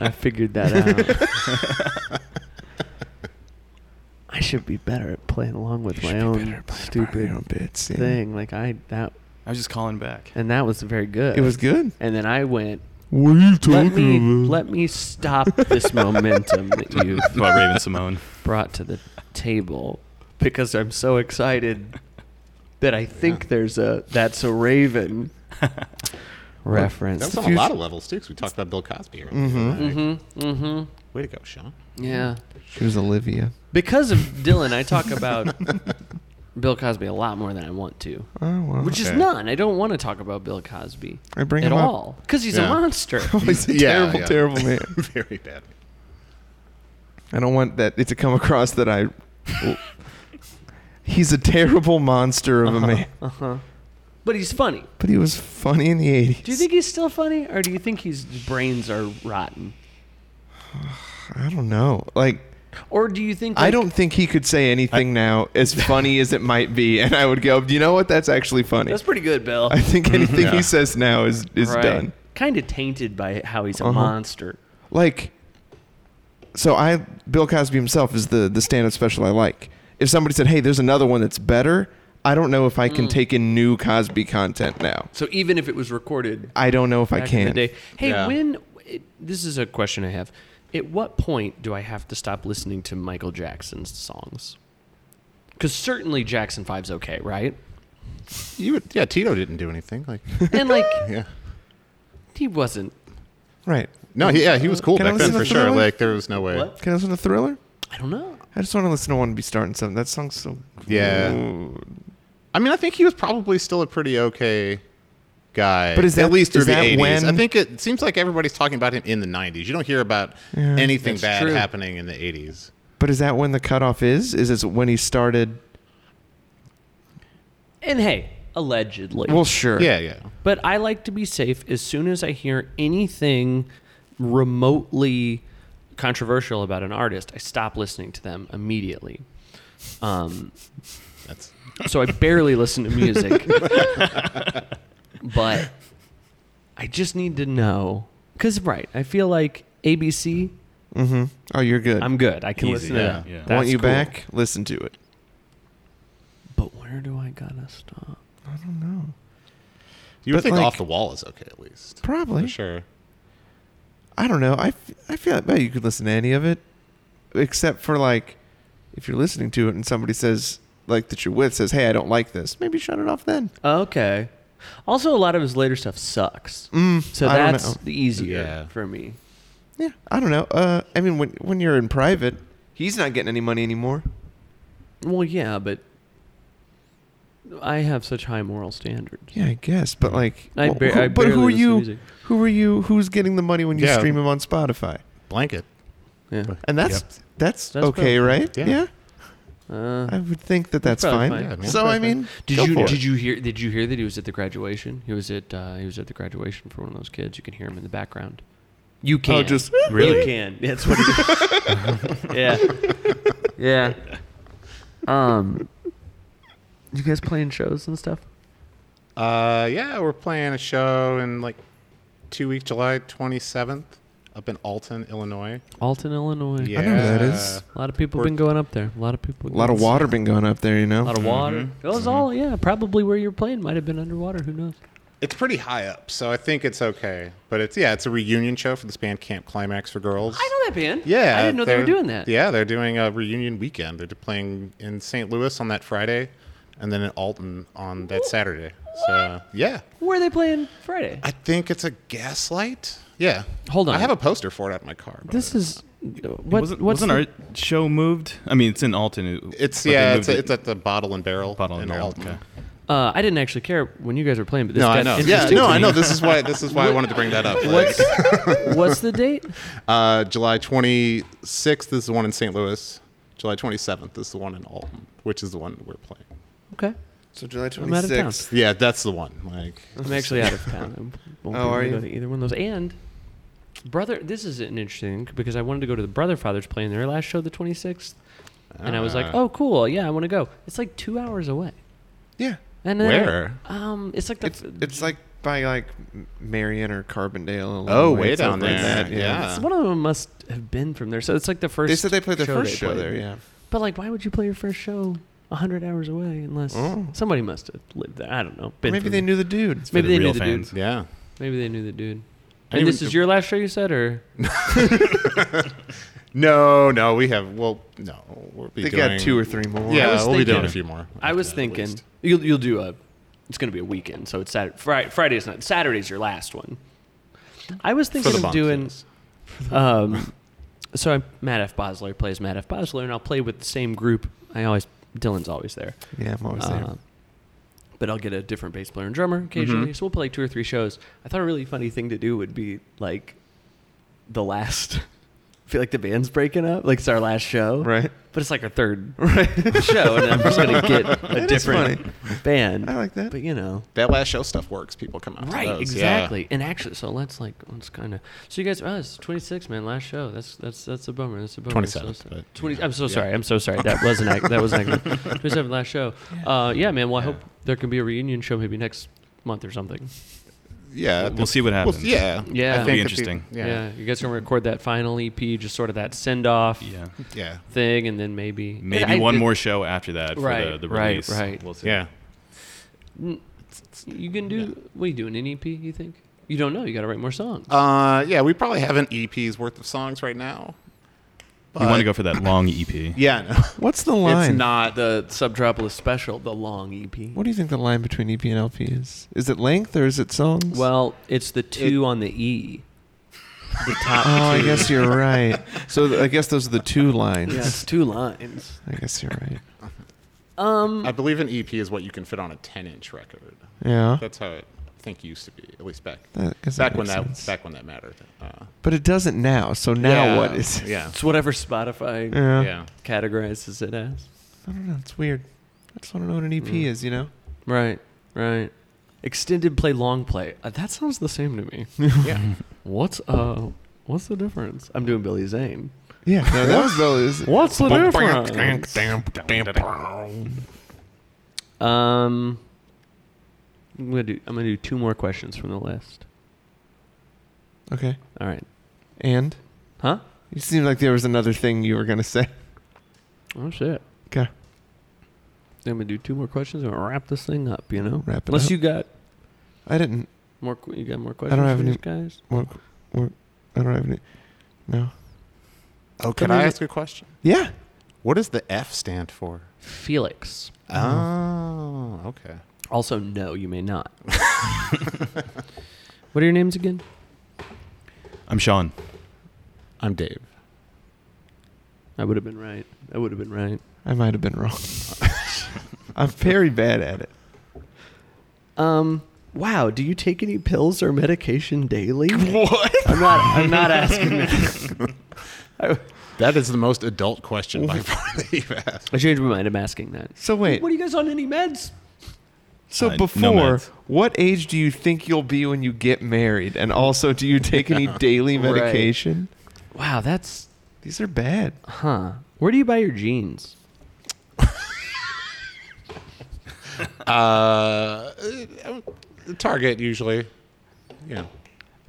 Speaker 1: I figured that out. I should be better at playing along with
Speaker 2: You should
Speaker 1: my
Speaker 2: be
Speaker 1: own
Speaker 2: better at playing about
Speaker 1: stupid
Speaker 2: your own bits, yeah.
Speaker 1: thing. Like I that
Speaker 4: I was just calling back.
Speaker 1: and that was very good.
Speaker 2: It was good.
Speaker 1: And then I went.
Speaker 2: What are you
Speaker 1: Let me let me stop this momentum that you
Speaker 4: About Raven Simone.
Speaker 1: brought to the table because I'm so excited that I think there's a that's a Raven
Speaker 3: That
Speaker 1: reference.
Speaker 3: was on a
Speaker 2: Future-
Speaker 3: lot of levels too. 'cause we talked about Bill Cosby. Right?
Speaker 2: Mhm.
Speaker 1: Mm-hmm. Mm-hmm.
Speaker 3: Way to go, Sean.
Speaker 1: Yeah.
Speaker 2: She was Olivia.
Speaker 1: Because of Dylan, I talk about Bill Cosby a lot more than I want to.
Speaker 2: Oh well.
Speaker 1: Which is
Speaker 3: Okay.
Speaker 1: none. I don't want to talk about Bill Cosby
Speaker 2: I bring
Speaker 1: at
Speaker 2: him up.
Speaker 1: all because he's a
Speaker 3: Yeah.
Speaker 1: monster.
Speaker 2: Oh, he's a
Speaker 3: Yeah,
Speaker 2: terrible,
Speaker 3: yeah.
Speaker 2: terrible man.
Speaker 3: Very bad.
Speaker 2: I don't want that it to come across that I. he's a terrible monster of a man,
Speaker 1: Uh huh. But he's funny.
Speaker 2: but he was funny in the '80s.
Speaker 1: Do you think he's still funny, or do you think his brains are rotten,
Speaker 2: I don't know. Like,
Speaker 1: or do you think
Speaker 2: I
Speaker 1: like-
Speaker 2: don't think he could say anything now as funny as it might be, and I would go, you know what? That's actually funny.
Speaker 1: That's pretty good, Bill.
Speaker 2: I think anything
Speaker 3: Mm-hmm. Yeah.
Speaker 2: he says now is is done.
Speaker 1: Kind of tainted by how he's a
Speaker 2: Uh-huh.
Speaker 1: monster.
Speaker 2: like so i bill cosby himself is the the stand-up special i like if somebody said hey there's another one that's better i don't know if i
Speaker 1: Mm.
Speaker 2: can take in new cosby content now
Speaker 1: So even if it was recorded
Speaker 2: i don't know if i
Speaker 1: back
Speaker 2: can
Speaker 1: in the day, hey,
Speaker 3: Yeah.
Speaker 1: when? It, this is a question I have. At what point do I have to stop listening to Michael Jackson's songs? Because certainly Jackson Five's okay, right?
Speaker 3: You would, yeah. Tito didn't do anything. Like
Speaker 1: And like
Speaker 3: yeah.
Speaker 1: he wasn't.
Speaker 2: right
Speaker 3: No, he- yeah, he was cool
Speaker 2: Can I
Speaker 3: back then
Speaker 2: listen to
Speaker 3: for sure.
Speaker 2: Thriller?
Speaker 3: Like there was no way.
Speaker 1: What?
Speaker 2: can i listen to thriller
Speaker 1: I don't know.
Speaker 2: i just want to listen to one be starting something that song's so
Speaker 3: Yeah.
Speaker 2: Ooh.
Speaker 3: I mean, I think he was probably still a pretty okay guy.
Speaker 2: But is that-
Speaker 3: at least through
Speaker 2: is
Speaker 3: the
Speaker 2: that
Speaker 3: 80s?
Speaker 2: when-
Speaker 3: I think it seems like everybody's talking about him in the 90s. You don't hear about
Speaker 2: Yeah.
Speaker 3: anything
Speaker 1: That's
Speaker 3: bad
Speaker 1: true.
Speaker 3: happening in the 80s.
Speaker 2: but is that when the cutoff is is it when he started
Speaker 1: And hey, allegedly.
Speaker 2: well sure
Speaker 3: Yeah, yeah.
Speaker 1: But I like to be safe as soon as I hear anything remotely controversial about an artist, I stop listening to them immediately. Um,
Speaker 3: That's
Speaker 1: so I barely listen to music. but I just need to know. Because, right, I feel like ABC,
Speaker 2: mm-hmm oh you're good
Speaker 1: I'm good. I can
Speaker 4: Easy,
Speaker 1: listen to
Speaker 4: yeah,
Speaker 1: that.
Speaker 4: yeah.
Speaker 1: That's
Speaker 2: want you
Speaker 1: cool.
Speaker 2: back listen to it
Speaker 1: But where do I gotta stop?
Speaker 2: i don't know
Speaker 3: you would
Speaker 2: But,
Speaker 3: think
Speaker 2: like-
Speaker 3: off the wall is okay at least.
Speaker 2: probably
Speaker 3: For sure.
Speaker 2: I don't know. I, f- I feel like well, you could listen to any of it, except for like if you're listening to it and somebody says like that you're with says, "Hey, I don't like this." Maybe shut it off then.
Speaker 1: Okay. Also, a lot of his later stuff sucks.
Speaker 2: Mm,
Speaker 1: So
Speaker 2: I don't
Speaker 1: that's
Speaker 2: know.
Speaker 1: the easier
Speaker 3: Yeah.
Speaker 1: for me.
Speaker 2: Yeah, I don't know. Uh, I mean, when when you're in private, he's not getting any money anymore.
Speaker 1: Well, yeah, but I have such high moral standards.
Speaker 2: Yeah, I guess. But like,
Speaker 1: I
Speaker 2: well,
Speaker 1: bar-
Speaker 2: who,
Speaker 1: I
Speaker 2: but
Speaker 1: barely
Speaker 2: who are
Speaker 1: listen to
Speaker 2: you?
Speaker 1: music.
Speaker 2: Who are you? Who's getting the money when you
Speaker 3: Yeah.
Speaker 2: stream him on Spotify?
Speaker 3: Blanket.
Speaker 1: Yeah.
Speaker 2: And that's that's,
Speaker 1: That's
Speaker 2: okay,
Speaker 1: perfect.
Speaker 2: right?
Speaker 3: Yeah.
Speaker 1: Uh,
Speaker 2: I would think that that's
Speaker 1: Probably
Speaker 2: fine.
Speaker 1: fine.
Speaker 3: Yeah, man.
Speaker 2: so I mean,
Speaker 1: Did
Speaker 2: go
Speaker 1: you
Speaker 2: for it.
Speaker 1: did you hear did you hear that he was at the graduation? He was at uh, he was at the graduation for one of those kids. You can hear him in the background. You can
Speaker 2: Oh, just-
Speaker 1: you
Speaker 4: Really?
Speaker 1: can. That's what. He yeah, yeah. Um, you guys playing shows and stuff?
Speaker 3: Uh, yeah, we're playing a show in like two weeks, July 27th, up in Alton, Illinois.
Speaker 1: Alton, Illinois.
Speaker 3: Yeah,
Speaker 2: know where that is.
Speaker 1: A lot of people have been going up there. A lot of people.
Speaker 2: a lot of water been going up there, you know.
Speaker 1: A lot
Speaker 4: Mm-hmm.
Speaker 1: of water. It was all
Speaker 3: Mm-hmm.
Speaker 1: yeah. Probably where you're playing might have been underwater. Who knows?
Speaker 3: It's pretty high up, so I think it's okay. But it's yeah, it's a reunion show for this band Camp Climax for Girls.
Speaker 1: I know that band.
Speaker 3: Yeah,
Speaker 1: I didn't know they were
Speaker 3: they're-
Speaker 1: doing that.
Speaker 3: Yeah, they're doing a reunion weekend. They're playing in St. Louis on that Friday, and then in Alton on that Saturday. So yeah,
Speaker 1: Where are they playing Friday?
Speaker 3: I think it's a Gaslight. Yeah,
Speaker 1: Hold on.
Speaker 3: I have a poster for it out in my car. but-
Speaker 1: This is what,
Speaker 4: wasn't
Speaker 1: what's
Speaker 4: wasn't
Speaker 1: the-
Speaker 4: our show moved? I mean, it's in Alton. It-
Speaker 3: It's
Speaker 4: but they
Speaker 3: yeah, it's,
Speaker 4: moved
Speaker 3: it's at the Bottle and Barrel
Speaker 4: Bottle and
Speaker 3: in
Speaker 4: Barrel,
Speaker 3: Alton.
Speaker 4: okay.
Speaker 1: Uh, I didn't actually care when you guys were playing, but this
Speaker 3: No,
Speaker 1: got
Speaker 3: I know. Yeah,
Speaker 1: interesting
Speaker 3: no,
Speaker 1: to
Speaker 3: I
Speaker 1: me.
Speaker 3: know. This is why this is why I wanted to bring that up. Like,
Speaker 1: What's, what's the date?
Speaker 3: uh, July 26th is the one in St. Louis. July 27th is the one in Alton, which is the one we're playing.
Speaker 1: Okay,
Speaker 2: So July
Speaker 1: I'm out of town.
Speaker 2: 26th.
Speaker 3: Yeah, that's the one. Like,
Speaker 1: I'm actually out of town. I won't be
Speaker 2: Oh,
Speaker 1: able
Speaker 2: are
Speaker 1: to go
Speaker 2: you?
Speaker 1: to either one of those. And brother, this is an interesting because I wanted to go to the Brother Fathers playing their last show the 26th, and I was like,
Speaker 3: Ah.
Speaker 1: oh cool, yeah, I want to go. It's like two hours away.
Speaker 2: Yeah,
Speaker 1: And then,
Speaker 3: where?
Speaker 1: Um, it's like the
Speaker 2: it's it's like by like M- Marion or Carbondale. a long
Speaker 3: Oh, way
Speaker 2: It's
Speaker 3: down
Speaker 2: over in
Speaker 3: there.
Speaker 2: that,
Speaker 3: Yeah.
Speaker 1: one of them must have been from there, so it's like the first.
Speaker 2: uh, They said they played their first show
Speaker 1: played.
Speaker 2: there. Yeah.
Speaker 1: But like, why would you play your first show hundred hours away unless
Speaker 2: Oh.
Speaker 1: somebody must have lived there? I don't know. Been
Speaker 2: Maybe
Speaker 1: from-
Speaker 2: they knew the dude.
Speaker 4: For
Speaker 1: Maybe they
Speaker 4: the
Speaker 1: knew
Speaker 4: real
Speaker 1: the dude.
Speaker 4: fans.
Speaker 3: Yeah.
Speaker 1: Maybe they knew the dude.
Speaker 3: I
Speaker 1: And
Speaker 3: didn't
Speaker 1: this
Speaker 3: even-
Speaker 1: is your last show, you said, or
Speaker 3: No, no, we have. Well, no, we'll be
Speaker 2: They
Speaker 3: doing,
Speaker 2: got two or three more.
Speaker 3: Yeah,
Speaker 1: I
Speaker 3: we'll
Speaker 1: was
Speaker 3: be doing
Speaker 1: thinking-
Speaker 3: a few more.
Speaker 1: I was
Speaker 3: after that, at
Speaker 1: thinking
Speaker 3: least.
Speaker 1: you'll you'll do a. It's going to be a weekend, so it's Saturday. Friday, Friday's not. Saturday's your last one. I was
Speaker 3: for
Speaker 1: thinking
Speaker 3: the
Speaker 1: of
Speaker 3: bump,
Speaker 1: doing.
Speaker 3: yes.
Speaker 1: Um, so I'm, Matt F. Bosler plays Matt F. Bosler, and I'll play with the same group. I always Dylan's always there.
Speaker 2: Yeah, I'm always
Speaker 1: Uh,
Speaker 2: there.
Speaker 1: but I'll get a different bass player and
Speaker 3: Mm-hmm.
Speaker 1: drummer occasionally. So we'll play like two or three shows. I thought a really funny thing to do would be like the last. I feel like the band's breaking up. Like it's our last show,
Speaker 2: Right.
Speaker 1: But it's like our third show, and I'm just gonna get a
Speaker 2: It is
Speaker 1: different band.
Speaker 2: I like that.
Speaker 1: But you know,
Speaker 3: that last show stuff works. People come out. to
Speaker 1: right?
Speaker 3: those,
Speaker 1: exactly. And actually, so let's like let's kind of. So you guys, oh, it's 26, man. Last show. That's that's that's a bummer. That's a bummer. I'm so
Speaker 3: 27th,
Speaker 1: sorry.
Speaker 3: but,
Speaker 1: 20.
Speaker 3: yeah.
Speaker 1: I'm so sorry. I'm so sorry. That wasn't ac- that wasn't ac- 27 last show. Uh, yeah, man. Well, I hope there can be a reunion show maybe next month or something.
Speaker 3: Yeah. Yeah.
Speaker 4: We'll see what happens.
Speaker 3: yeah.
Speaker 1: Yeah.
Speaker 3: I
Speaker 1: It'll
Speaker 3: think
Speaker 4: be
Speaker 3: if you-
Speaker 4: interesting.
Speaker 1: Yeah.
Speaker 3: yeah.
Speaker 1: you guys gonna record that final EP, just sort of that send off
Speaker 4: Yeah.
Speaker 3: Yeah.
Speaker 1: thing, and then maybe
Speaker 4: Maybe
Speaker 1: I-
Speaker 4: one
Speaker 1: I-
Speaker 4: more show after that for
Speaker 1: Right,
Speaker 4: the, the
Speaker 1: right,
Speaker 4: release.
Speaker 1: right.
Speaker 4: We'll see.
Speaker 3: Yeah.
Speaker 1: You can do. What are you doing? An EP? You think? You don't know. You got to write more songs.
Speaker 3: Uh, yeah, we probably have an EP's worth of songs right now.
Speaker 4: We want
Speaker 3: But-
Speaker 4: to go for that long E EP.
Speaker 3: Yeah, no.
Speaker 2: What's the line?
Speaker 1: It's not the Subtropolis special, the long E EP.
Speaker 2: What do you think the line between EP and LP is? Is it length or is it songs?
Speaker 1: Well, it's the two on the E. The top.
Speaker 2: oh, I
Speaker 1: two.
Speaker 2: guess you're right. So th- I guess those are the two lines.
Speaker 1: Yeah, it's two lines.
Speaker 2: I guess you're right.
Speaker 1: Um,
Speaker 3: I believe an EP is what you can fit on a 10 inch record.
Speaker 2: Yeah.
Speaker 3: That's how it, I think, used to be, at least back
Speaker 2: That- I guess that
Speaker 3: back when
Speaker 2: makes
Speaker 3: that
Speaker 2: sense.
Speaker 3: back when that mattered. Uh,
Speaker 2: But it doesn't now. So now
Speaker 3: yeah,
Speaker 2: what is? it?
Speaker 3: Yeah.
Speaker 1: it's whatever Spotify
Speaker 2: Yeah.
Speaker 3: Yeah.
Speaker 1: categorizes it as.
Speaker 2: I don't know. It's weird. I just want to know what an EP
Speaker 1: Mm.
Speaker 2: is. You know.
Speaker 1: Right, right. Extended play, long play. Uh, that sounds the same to me.
Speaker 3: Yeah.
Speaker 1: What's uh, what's the difference? I'm doing Billy Zane.
Speaker 2: Yeah. No, that was those.
Speaker 1: What's the difference? Um, I'm gonna do. I'm gonna do two more questions from the list.
Speaker 2: Okay.
Speaker 1: All right.
Speaker 2: And
Speaker 1: Huh?
Speaker 2: you seemed like there was another thing you were gonna say.
Speaker 1: Oh shit.
Speaker 2: Okay.
Speaker 1: I'm gonna do two more questions and we'll wrap this thing up. You know,
Speaker 2: Wrap it
Speaker 1: unless
Speaker 2: up.
Speaker 1: you got
Speaker 2: I didn't.
Speaker 1: more, qu- you got more
Speaker 2: don't
Speaker 1: questions.
Speaker 2: have
Speaker 1: for
Speaker 2: any-
Speaker 1: these guys.
Speaker 2: I don't have any. No.
Speaker 3: Oh, can
Speaker 2: Come
Speaker 3: I
Speaker 2: in-
Speaker 3: ask a question?
Speaker 2: Yeah.
Speaker 3: What does the F stand for?
Speaker 1: Felix.
Speaker 2: Uh-huh.
Speaker 3: Oh, okay.
Speaker 1: Also, no, you may not. what are your names again?
Speaker 4: I'm Sean.
Speaker 3: I'm Dave.
Speaker 1: I would have been right. I would have been right.
Speaker 2: I might have been wrong. I'm very bad at it.
Speaker 1: Um. Wow. Do you take any pills or medication daily? What? I'm not. I'm not asking. that. I,
Speaker 3: That is the most adult question by far that you've asked.
Speaker 1: I changed my mind. I'm asking that.
Speaker 2: So wait.
Speaker 1: What are you guys on any meds?
Speaker 2: So
Speaker 4: Uh, no
Speaker 2: before,
Speaker 4: meds.
Speaker 2: what age do you think you'll be when you get married? And also, do you take any daily
Speaker 1: Right.
Speaker 2: medication?
Speaker 1: Wow, that's
Speaker 2: These are bad.
Speaker 1: huh. Where do you buy your jeans?
Speaker 3: Uh, Target usually. Yeah.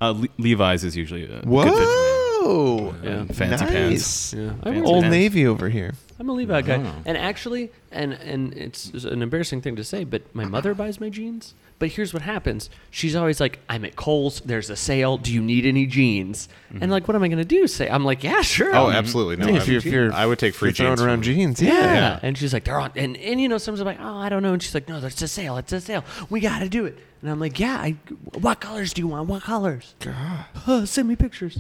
Speaker 4: Uh, Le- Levi's is usually a good fit for me.
Speaker 2: Whoa!
Speaker 1: Yeah.
Speaker 4: fancy
Speaker 2: nice.
Speaker 4: pants.
Speaker 1: Yeah. Oh. I
Speaker 4: Fancy
Speaker 1: wear
Speaker 2: Old
Speaker 4: pants.
Speaker 2: Navy over here.
Speaker 1: I'm a Levi guy,
Speaker 3: Wow.
Speaker 1: and actually, and and it's it's an embarrassing thing to say, but my mother buys my jeans. But here's what happens: she's always like, "I'm at Kohl's. There's a sale. Do you need any jeans?" And like, what am I gonna do? Say, I'm like, "Yeah, sure."
Speaker 3: Oh,
Speaker 4: Um,
Speaker 1: I'll-
Speaker 3: absolutely. No,
Speaker 2: Yeah,
Speaker 3: I
Speaker 2: if
Speaker 3: would-
Speaker 2: you're- if you're-
Speaker 3: I would take free
Speaker 2: You're throwing
Speaker 3: jeans. from
Speaker 2: around
Speaker 3: you.
Speaker 2: jeans.
Speaker 1: Yeah.
Speaker 2: Yeah.
Speaker 1: And she's like, they're on. And, and you know, sometimes I'm like, oh, I don't know. And she's like, no, it's a sale. It's a sale. We got to do it. And I'm like, yeah. I, what colors do you want? What colors?
Speaker 2: God,
Speaker 1: Huh, send me pictures.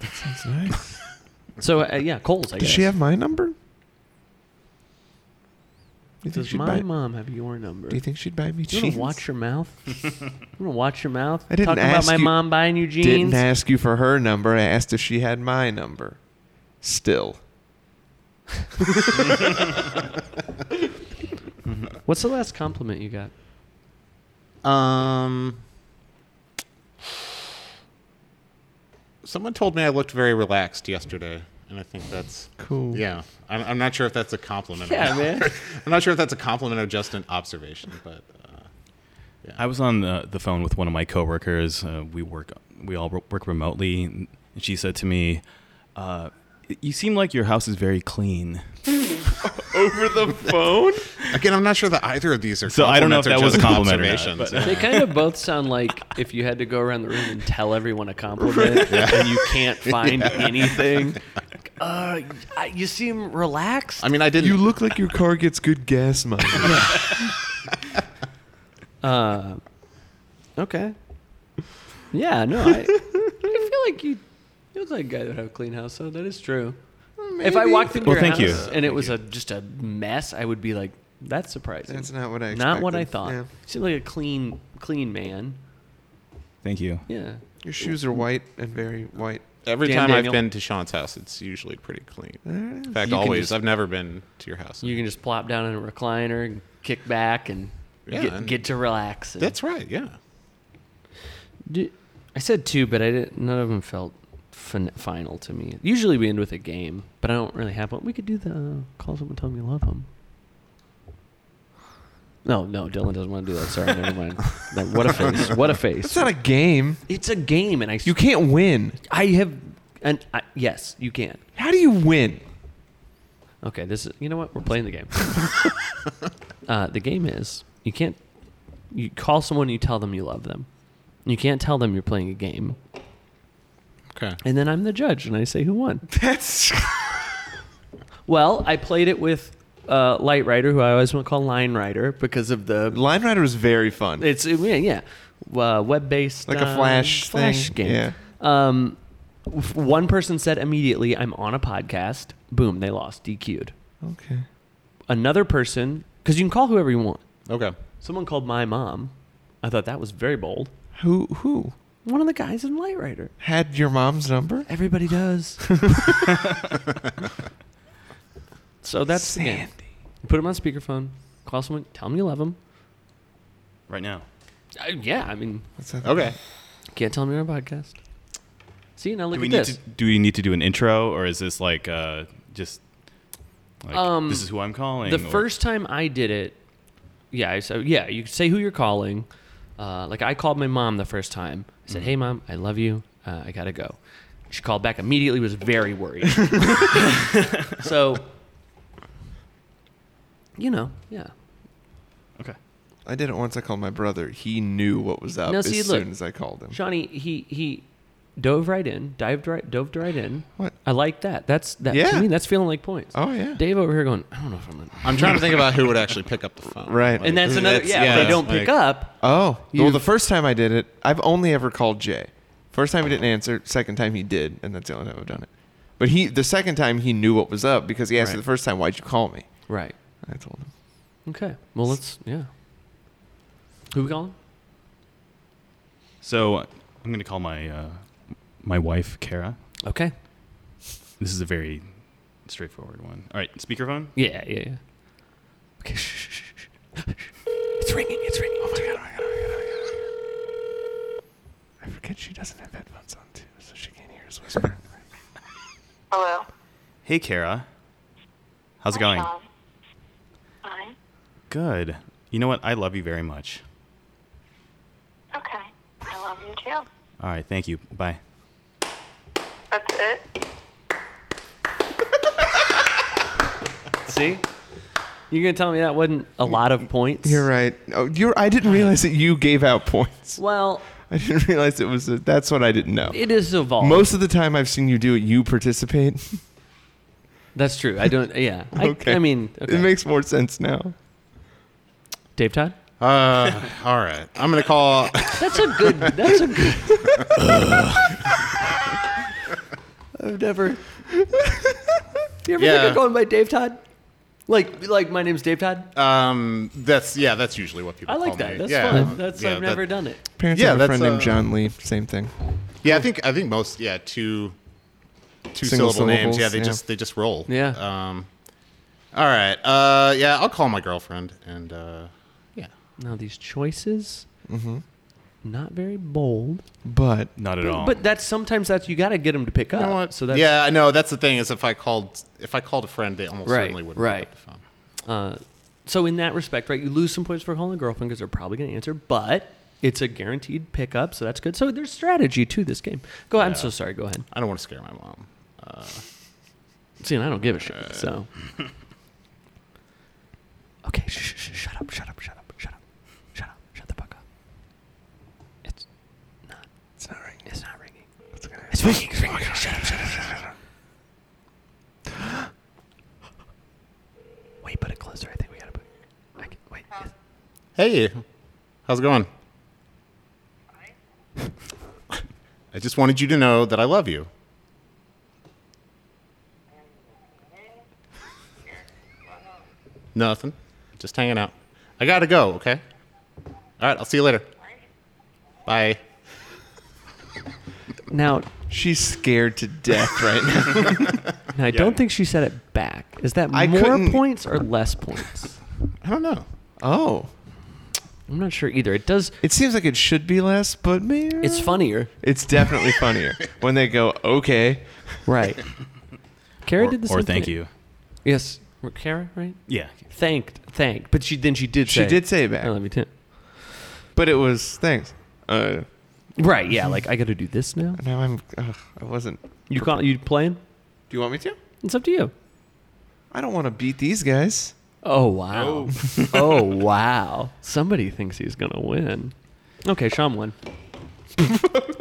Speaker 2: that's nice.
Speaker 1: So, uh, yeah, Coles, I
Speaker 2: Does
Speaker 1: guess.
Speaker 2: she have my number? You think
Speaker 1: Does
Speaker 2: she'd
Speaker 1: my
Speaker 2: buy?
Speaker 1: mom have your number?
Speaker 2: Do you think she'd buy me
Speaker 1: You want
Speaker 2: jeans?
Speaker 1: to watch your mouth? you want to watch your mouth?
Speaker 2: I didn't
Speaker 1: Talking
Speaker 2: ask
Speaker 1: about my
Speaker 2: you-
Speaker 1: mom buying you jeans?
Speaker 2: Didn't ask you for her number. I asked if she had my number. Still.
Speaker 1: What's the last compliment you got?
Speaker 3: Um, someone told me I looked very relaxed yesterday, and I think that's
Speaker 2: Cool.
Speaker 3: yeah. I'm, I'm not sure if that's a compliment.
Speaker 1: Yeah,
Speaker 3: or not.
Speaker 1: man.
Speaker 3: I'm not sure if that's a compliment or just an observation, but uh,
Speaker 4: I was on the, the phone with one of my coworkers. Uh, we work we all wo- work remotely, and she said to me, uh, "You seem like your house is very clean."
Speaker 2: Over the phone?
Speaker 3: again, I'm not sure that either of these are.
Speaker 4: So I don't know if
Speaker 3: compliments
Speaker 4: that was a
Speaker 3: just
Speaker 4: compliment or not,
Speaker 3: observations.
Speaker 4: but-
Speaker 1: They kind of both sound like if you had to go around the room and tell everyone a compliment and you can't find anything. Uh, I- you seem relaxed.
Speaker 3: I mean, I didn't.
Speaker 2: You look like your car gets good gas money.
Speaker 1: Uh, okay. Yeah, no, I, I feel like you, you look like a guy that would have a clean house, so that is true. If I walked into
Speaker 4: Well,
Speaker 1: your
Speaker 4: thank you.
Speaker 1: house and it was a just a mess, I would be like, "That's surprising."
Speaker 2: That's not what I
Speaker 1: Not what I
Speaker 2: expected.
Speaker 1: thought.
Speaker 2: Yeah.
Speaker 1: You seem like a clean, clean man.
Speaker 4: Thank you.
Speaker 1: Yeah.
Speaker 2: Your shoes are white and very white.
Speaker 3: Every
Speaker 1: Damn,
Speaker 3: time
Speaker 1: Daniel.
Speaker 3: I've been to Sean's house, it's usually pretty clean.
Speaker 4: Uh,
Speaker 3: In fact,
Speaker 1: You can
Speaker 3: always.
Speaker 1: just-
Speaker 3: I've never been to your house.
Speaker 1: You can just plop down in a recliner and kick back and
Speaker 3: Yeah,
Speaker 1: get,
Speaker 3: and-
Speaker 1: get to relax. and-
Speaker 3: That's right. Yeah.
Speaker 1: Do- I said two, but I didn't. None of them felt fin- final to me. Usually we end with a game, but I don't really have one. We could do the uh, call someone, tell them you love them. No, no, Dylan doesn't want to do that. Sorry, never mind. That- what a face! What a
Speaker 2: It's
Speaker 1: face!
Speaker 2: not a game.
Speaker 1: it's a game, and I
Speaker 2: You can't win.
Speaker 1: I have and I, yes, you can.
Speaker 2: How do you win?
Speaker 1: Okay, this is. You know what? We're playing the game. uh, the game is you can't. You call someone, you tell them you love them. You can't tell them you're playing a game,
Speaker 3: Okay.
Speaker 1: and then I'm the judge and I say who won.
Speaker 2: That's
Speaker 1: Well, I played it with uh, Light Rider, who I always want to call Line Rider because of the
Speaker 2: Line Rider was very fun.
Speaker 1: it's yeah yeah uh, web based
Speaker 2: Like a flash
Speaker 1: flash
Speaker 2: thing,
Speaker 1: game.
Speaker 2: yeah.
Speaker 1: Um, f- one person said immediately, "I'm on a podcast." Boom, they lost, DQ'd.
Speaker 2: okay.
Speaker 1: Another person, because you can call whoever you want.
Speaker 3: Okay.
Speaker 1: Someone called my mom. I thought that was very bold.
Speaker 2: Who who
Speaker 1: One of the guys in Light Rider.
Speaker 2: had your mom's number?
Speaker 1: Everybody does. so that's the game. You put them on speakerphone. Call someone. Tell them you love them.
Speaker 4: Right now,
Speaker 1: Uh, yeah, I mean,
Speaker 2: What's that?
Speaker 3: Okay.
Speaker 1: can't tell me on a podcast. See now, look
Speaker 4: do we
Speaker 1: at
Speaker 4: need
Speaker 1: this.
Speaker 4: to do we need to do an intro, or is this like uh, just like
Speaker 1: Um,
Speaker 4: this is who I'm calling?
Speaker 1: The
Speaker 4: or-
Speaker 1: first time I did it, yeah, I, so yeah, you say who you're calling. Uh, like I called my mom the first time. I said, "Hey, mom, I love you. Uh, I gotta go." She called back immediately. Was very worried. so, you know, yeah.
Speaker 4: okay.
Speaker 2: I did it once. I called my brother. He knew what was up
Speaker 1: No,
Speaker 2: as
Speaker 1: see, look.
Speaker 2: soon as I called him.
Speaker 1: Shawnee, he he dove right in, dived right, dove right in.
Speaker 2: What?
Speaker 1: I like that. That's that
Speaker 2: Yeah.
Speaker 1: to me. That's feeling like points.
Speaker 2: Oh yeah.
Speaker 1: Dave over here going, I don't know if I'm gonna.
Speaker 3: I'm trying to think about who would actually pick up the phone.
Speaker 2: Right.
Speaker 3: Like,
Speaker 1: And that's another. yeah, if they don't
Speaker 3: like-
Speaker 1: pick up.
Speaker 2: Oh, well,
Speaker 1: You've-
Speaker 2: the first time I did it, I've only ever called Jay. First time he didn't answer. Second time he did, and that's the only time I've done it. But he, the second time he knew what was up because he asked
Speaker 1: Right.
Speaker 2: me the first time, "Why'd you call me?"
Speaker 1: Right.
Speaker 2: I told him.
Speaker 1: Okay. Well, let's. Yeah. Who we calling?
Speaker 4: So I'm going to call my uh, my wife, Kara.
Speaker 1: Okay.
Speaker 4: This is a very straightforward one. All right, speakerphone.
Speaker 1: Yeah, yeah, yeah. Okay. It's ringing. It's ringing. Oh my god.
Speaker 2: I forget she doesn't have headphones on too, so she can't hear us whisper.
Speaker 5: Hello.
Speaker 4: Hey, Kara. How's it
Speaker 5: Hi,
Speaker 4: going?
Speaker 5: Sean. Fine.
Speaker 4: Good. You know what? I love you very much.
Speaker 5: Okay. I love you too.
Speaker 4: All right, thank you. Bye.
Speaker 5: That's it.
Speaker 1: See, you're gonna tell me that wasn't a lot of points.
Speaker 2: You're right. Oh, you're. I didn't realize that you gave out points.
Speaker 1: Well,
Speaker 2: I didn't realize it was. A, that's what I didn't know.
Speaker 1: it is evolved.
Speaker 2: Most of the time I've seen you do it, you participate.
Speaker 1: That's true. I don't. Yeah. I, I mean, okay.
Speaker 2: it makes more sense now.
Speaker 1: Dave Todd.
Speaker 3: Uh, all right. I'm gonna call.
Speaker 1: That's a good. That's a good. I've never. You ever
Speaker 3: Yeah.
Speaker 1: think of going by Dave Todd? Like, like my name's Dave Todd.
Speaker 3: Um, that's yeah. That's usually what people.
Speaker 1: I like
Speaker 3: call
Speaker 1: that.
Speaker 3: me.
Speaker 1: That's
Speaker 3: oh, yeah,
Speaker 1: fun. That's
Speaker 3: yeah,
Speaker 1: I've
Speaker 3: that-
Speaker 1: never done it.
Speaker 2: Parents
Speaker 3: Yeah,
Speaker 2: have a
Speaker 3: that's,
Speaker 2: friend
Speaker 3: uh,
Speaker 2: named John Lee. Same thing.
Speaker 3: Yeah, I think I think most yeah two two
Speaker 2: Single
Speaker 3: syllable names.
Speaker 2: syllables,
Speaker 3: Yeah, they
Speaker 2: yeah.
Speaker 3: just they just roll.
Speaker 1: Yeah.
Speaker 3: Um. All right. Uh. Yeah, I'll call my girlfriend and. uh Yeah.
Speaker 1: Now these choices,
Speaker 3: Mm-hmm.
Speaker 1: not very bold,
Speaker 2: But
Speaker 4: Not at all.
Speaker 1: but that's sometimes that's you got to get them to pick up.
Speaker 3: You know what?
Speaker 1: So that's
Speaker 3: yeah, I know. That's the thing is if I called if I called a friend, they almost
Speaker 1: Right,
Speaker 3: certainly wouldn't
Speaker 1: right.
Speaker 3: pick up the phone.
Speaker 1: Uh, so in that respect, right, you lose some points for calling a girlfriend because they're probably going to answer, but it's a guaranteed pickup, so that's good. So there's strategy to this game. Go. I'm so sorry. Go ahead.
Speaker 3: I don't want to scare my mom. Uh,
Speaker 1: See, and I don't give a shit. So. Okay. Sh- sh- sh- shut up. Shut up. Shut up. Shut up. Shut up. Shut the fuck up. It's not.
Speaker 2: it's not ringing.
Speaker 1: It's not ringing. It's ringing. It's ringing. shut up. Shut up. Shut up. Shut up. wait, put it closer. I think we gotta put. I can, wait. Yes.
Speaker 3: hey, how's it going? I just wanted you to know that I love you. Nothing. Just hanging out. I gotta go, okay? All right, I'll see you later. Bye.
Speaker 1: Now,
Speaker 2: She's scared to death right now.
Speaker 1: Now, I don't think she said it back. Is that
Speaker 2: I
Speaker 1: more
Speaker 2: couldn't-
Speaker 1: points or less points?
Speaker 3: I don't know.
Speaker 2: oh,
Speaker 1: I'm not sure either. It does.
Speaker 2: it seems like it should be less, but maybe
Speaker 1: It's funnier,
Speaker 2: It's definitely funnier when they go okay.
Speaker 1: right? Kara
Speaker 4: or,
Speaker 1: did this.
Speaker 4: or thank you.
Speaker 1: Yes, Well, Kara, right?
Speaker 4: Yeah.
Speaker 1: Thanked, thanked, but she then she did.
Speaker 2: She
Speaker 1: say,
Speaker 2: did say it back.
Speaker 1: I love you too.
Speaker 2: But it was thanks. Uh,
Speaker 1: Right? Yeah. Like I got to do this now.
Speaker 2: now I'm. Ugh, I wasn't. Do
Speaker 1: You call you playing?
Speaker 2: you want me to?
Speaker 1: It's up to you.
Speaker 2: I don't want to beat these guys.
Speaker 1: Oh wow! Oh, wow! Somebody thinks he's gonna win. Okay, Sean won.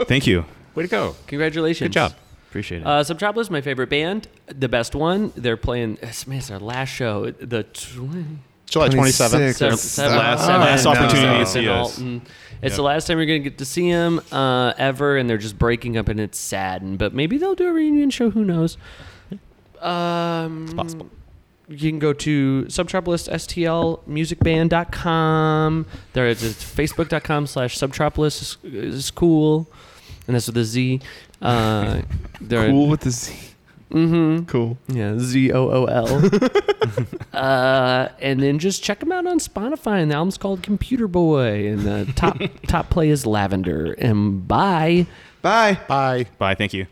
Speaker 4: Thank you.
Speaker 3: Way to go.
Speaker 1: Congratulations. Good
Speaker 3: job.
Speaker 4: Appreciate it.
Speaker 1: Uh, Subtropolis, my favorite band, the best one. They're playing. It's, man, it's their last show. The tw-
Speaker 4: Uh,
Speaker 3: July
Speaker 2: 26th.
Speaker 3: 27th.
Speaker 1: Seven-
Speaker 2: That's
Speaker 1: seven-
Speaker 4: last-
Speaker 1: seven-
Speaker 4: last
Speaker 1: seven-
Speaker 4: opportunity to
Speaker 1: seven-
Speaker 4: see us.
Speaker 1: Alton. It's
Speaker 4: Yep.
Speaker 1: the last time you're going to get to see them uh, ever, and they're just breaking up, and it's sad. But maybe they'll do a reunion show. Who knows? Um, it's
Speaker 4: possible.
Speaker 1: You can go to subtropoliststlmusicband.com. There is it's facebook.com slash subtropolis is cool. And that's with a Z. Uh, there-
Speaker 2: Cool with the Z.
Speaker 1: Mhm.
Speaker 2: Cool.
Speaker 1: Yeah, Z O O L. Uh, And then just check them out on Spotify. And the album's called Computer Boy. And the top top play is Lavender. And bye.
Speaker 2: Bye.
Speaker 3: Bye.
Speaker 4: Bye. Thank you.